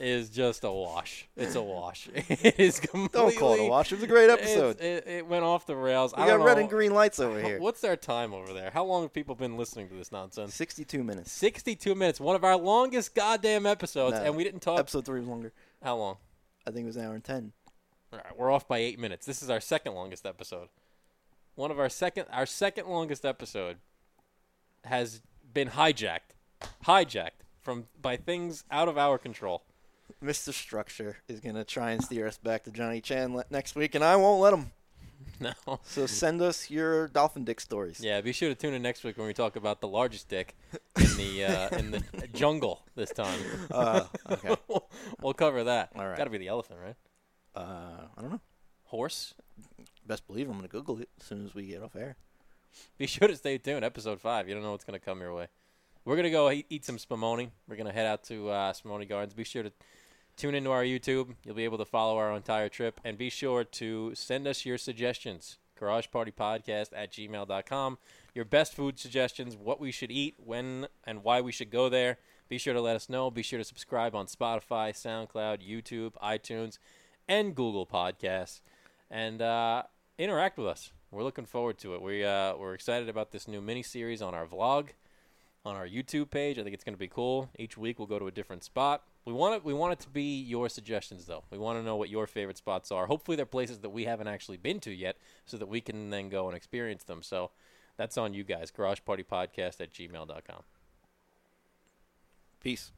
Speaker 1: is just a wash. It's a wash. It is completely.
Speaker 2: Don't call it a watch. It was a great
Speaker 1: it's-
Speaker 2: episode.
Speaker 1: It, it went off the rails.
Speaker 2: we
Speaker 1: I
Speaker 2: got
Speaker 1: don't
Speaker 2: red
Speaker 1: know-
Speaker 2: and green lights over here.
Speaker 1: What's our time over there? How long have people been listening to this nonsense?
Speaker 2: 62 minutes.
Speaker 1: 62 minutes. One of our longest goddamn episodes,
Speaker 2: No.
Speaker 1: and we didn't talk.
Speaker 2: Episode three was longer.
Speaker 1: how long?
Speaker 2: I think it was an hour and 10.
Speaker 1: All right, we're off by eight minutes. This is our second longest episode. One of our second, our second longest episode has been hijacked, hijacked from by things out of our control.
Speaker 2: Mr. Structure is going to try and steer us back to Johnny Chan le- next week, and I won't let him.
Speaker 1: No.
Speaker 2: So send us your dolphin dick stories.
Speaker 1: Yeah, be sure to tune in next week when we talk about the largest dick in the uh, in the jungle this time.
Speaker 2: Uh, okay.
Speaker 1: we'll, we'll cover that.
Speaker 2: All right.
Speaker 1: Got to be the elephant, right?
Speaker 2: Uh, I don't know.
Speaker 1: Horse.
Speaker 2: Best believe I'm going to Google it as soon as we get off air.
Speaker 1: Be sure to stay tuned. Episode five. You don't know what's going to come your way. We're going to go eat, eat some spumoni. We're going to head out to uh, Spumoni Gardens. Be sure to tune into our YouTube. You'll be able to follow our entire trip. And be sure to send us your suggestions. GaragePartyPodcast at gmail.com. Your best food suggestions, what we should eat, when and why we should go there. Be sure to let us know. Be sure to subscribe on Spotify, SoundCloud, YouTube, iTunes, and Google Podcasts. And uh, interact with us. We're looking forward to it. We, uh, we're excited about this new mini series on our vlog on our YouTube page. I think it's going to be cool. Each week we'll go to a different spot. We want it. We want it to be your suggestions, though. We want to know what your favorite spots are. Hopefully, they're places that we haven't actually been to yet, so that we can then go and experience them. So that's on you guys. GaragePartyPodcast at gmail.com.
Speaker 2: Peace.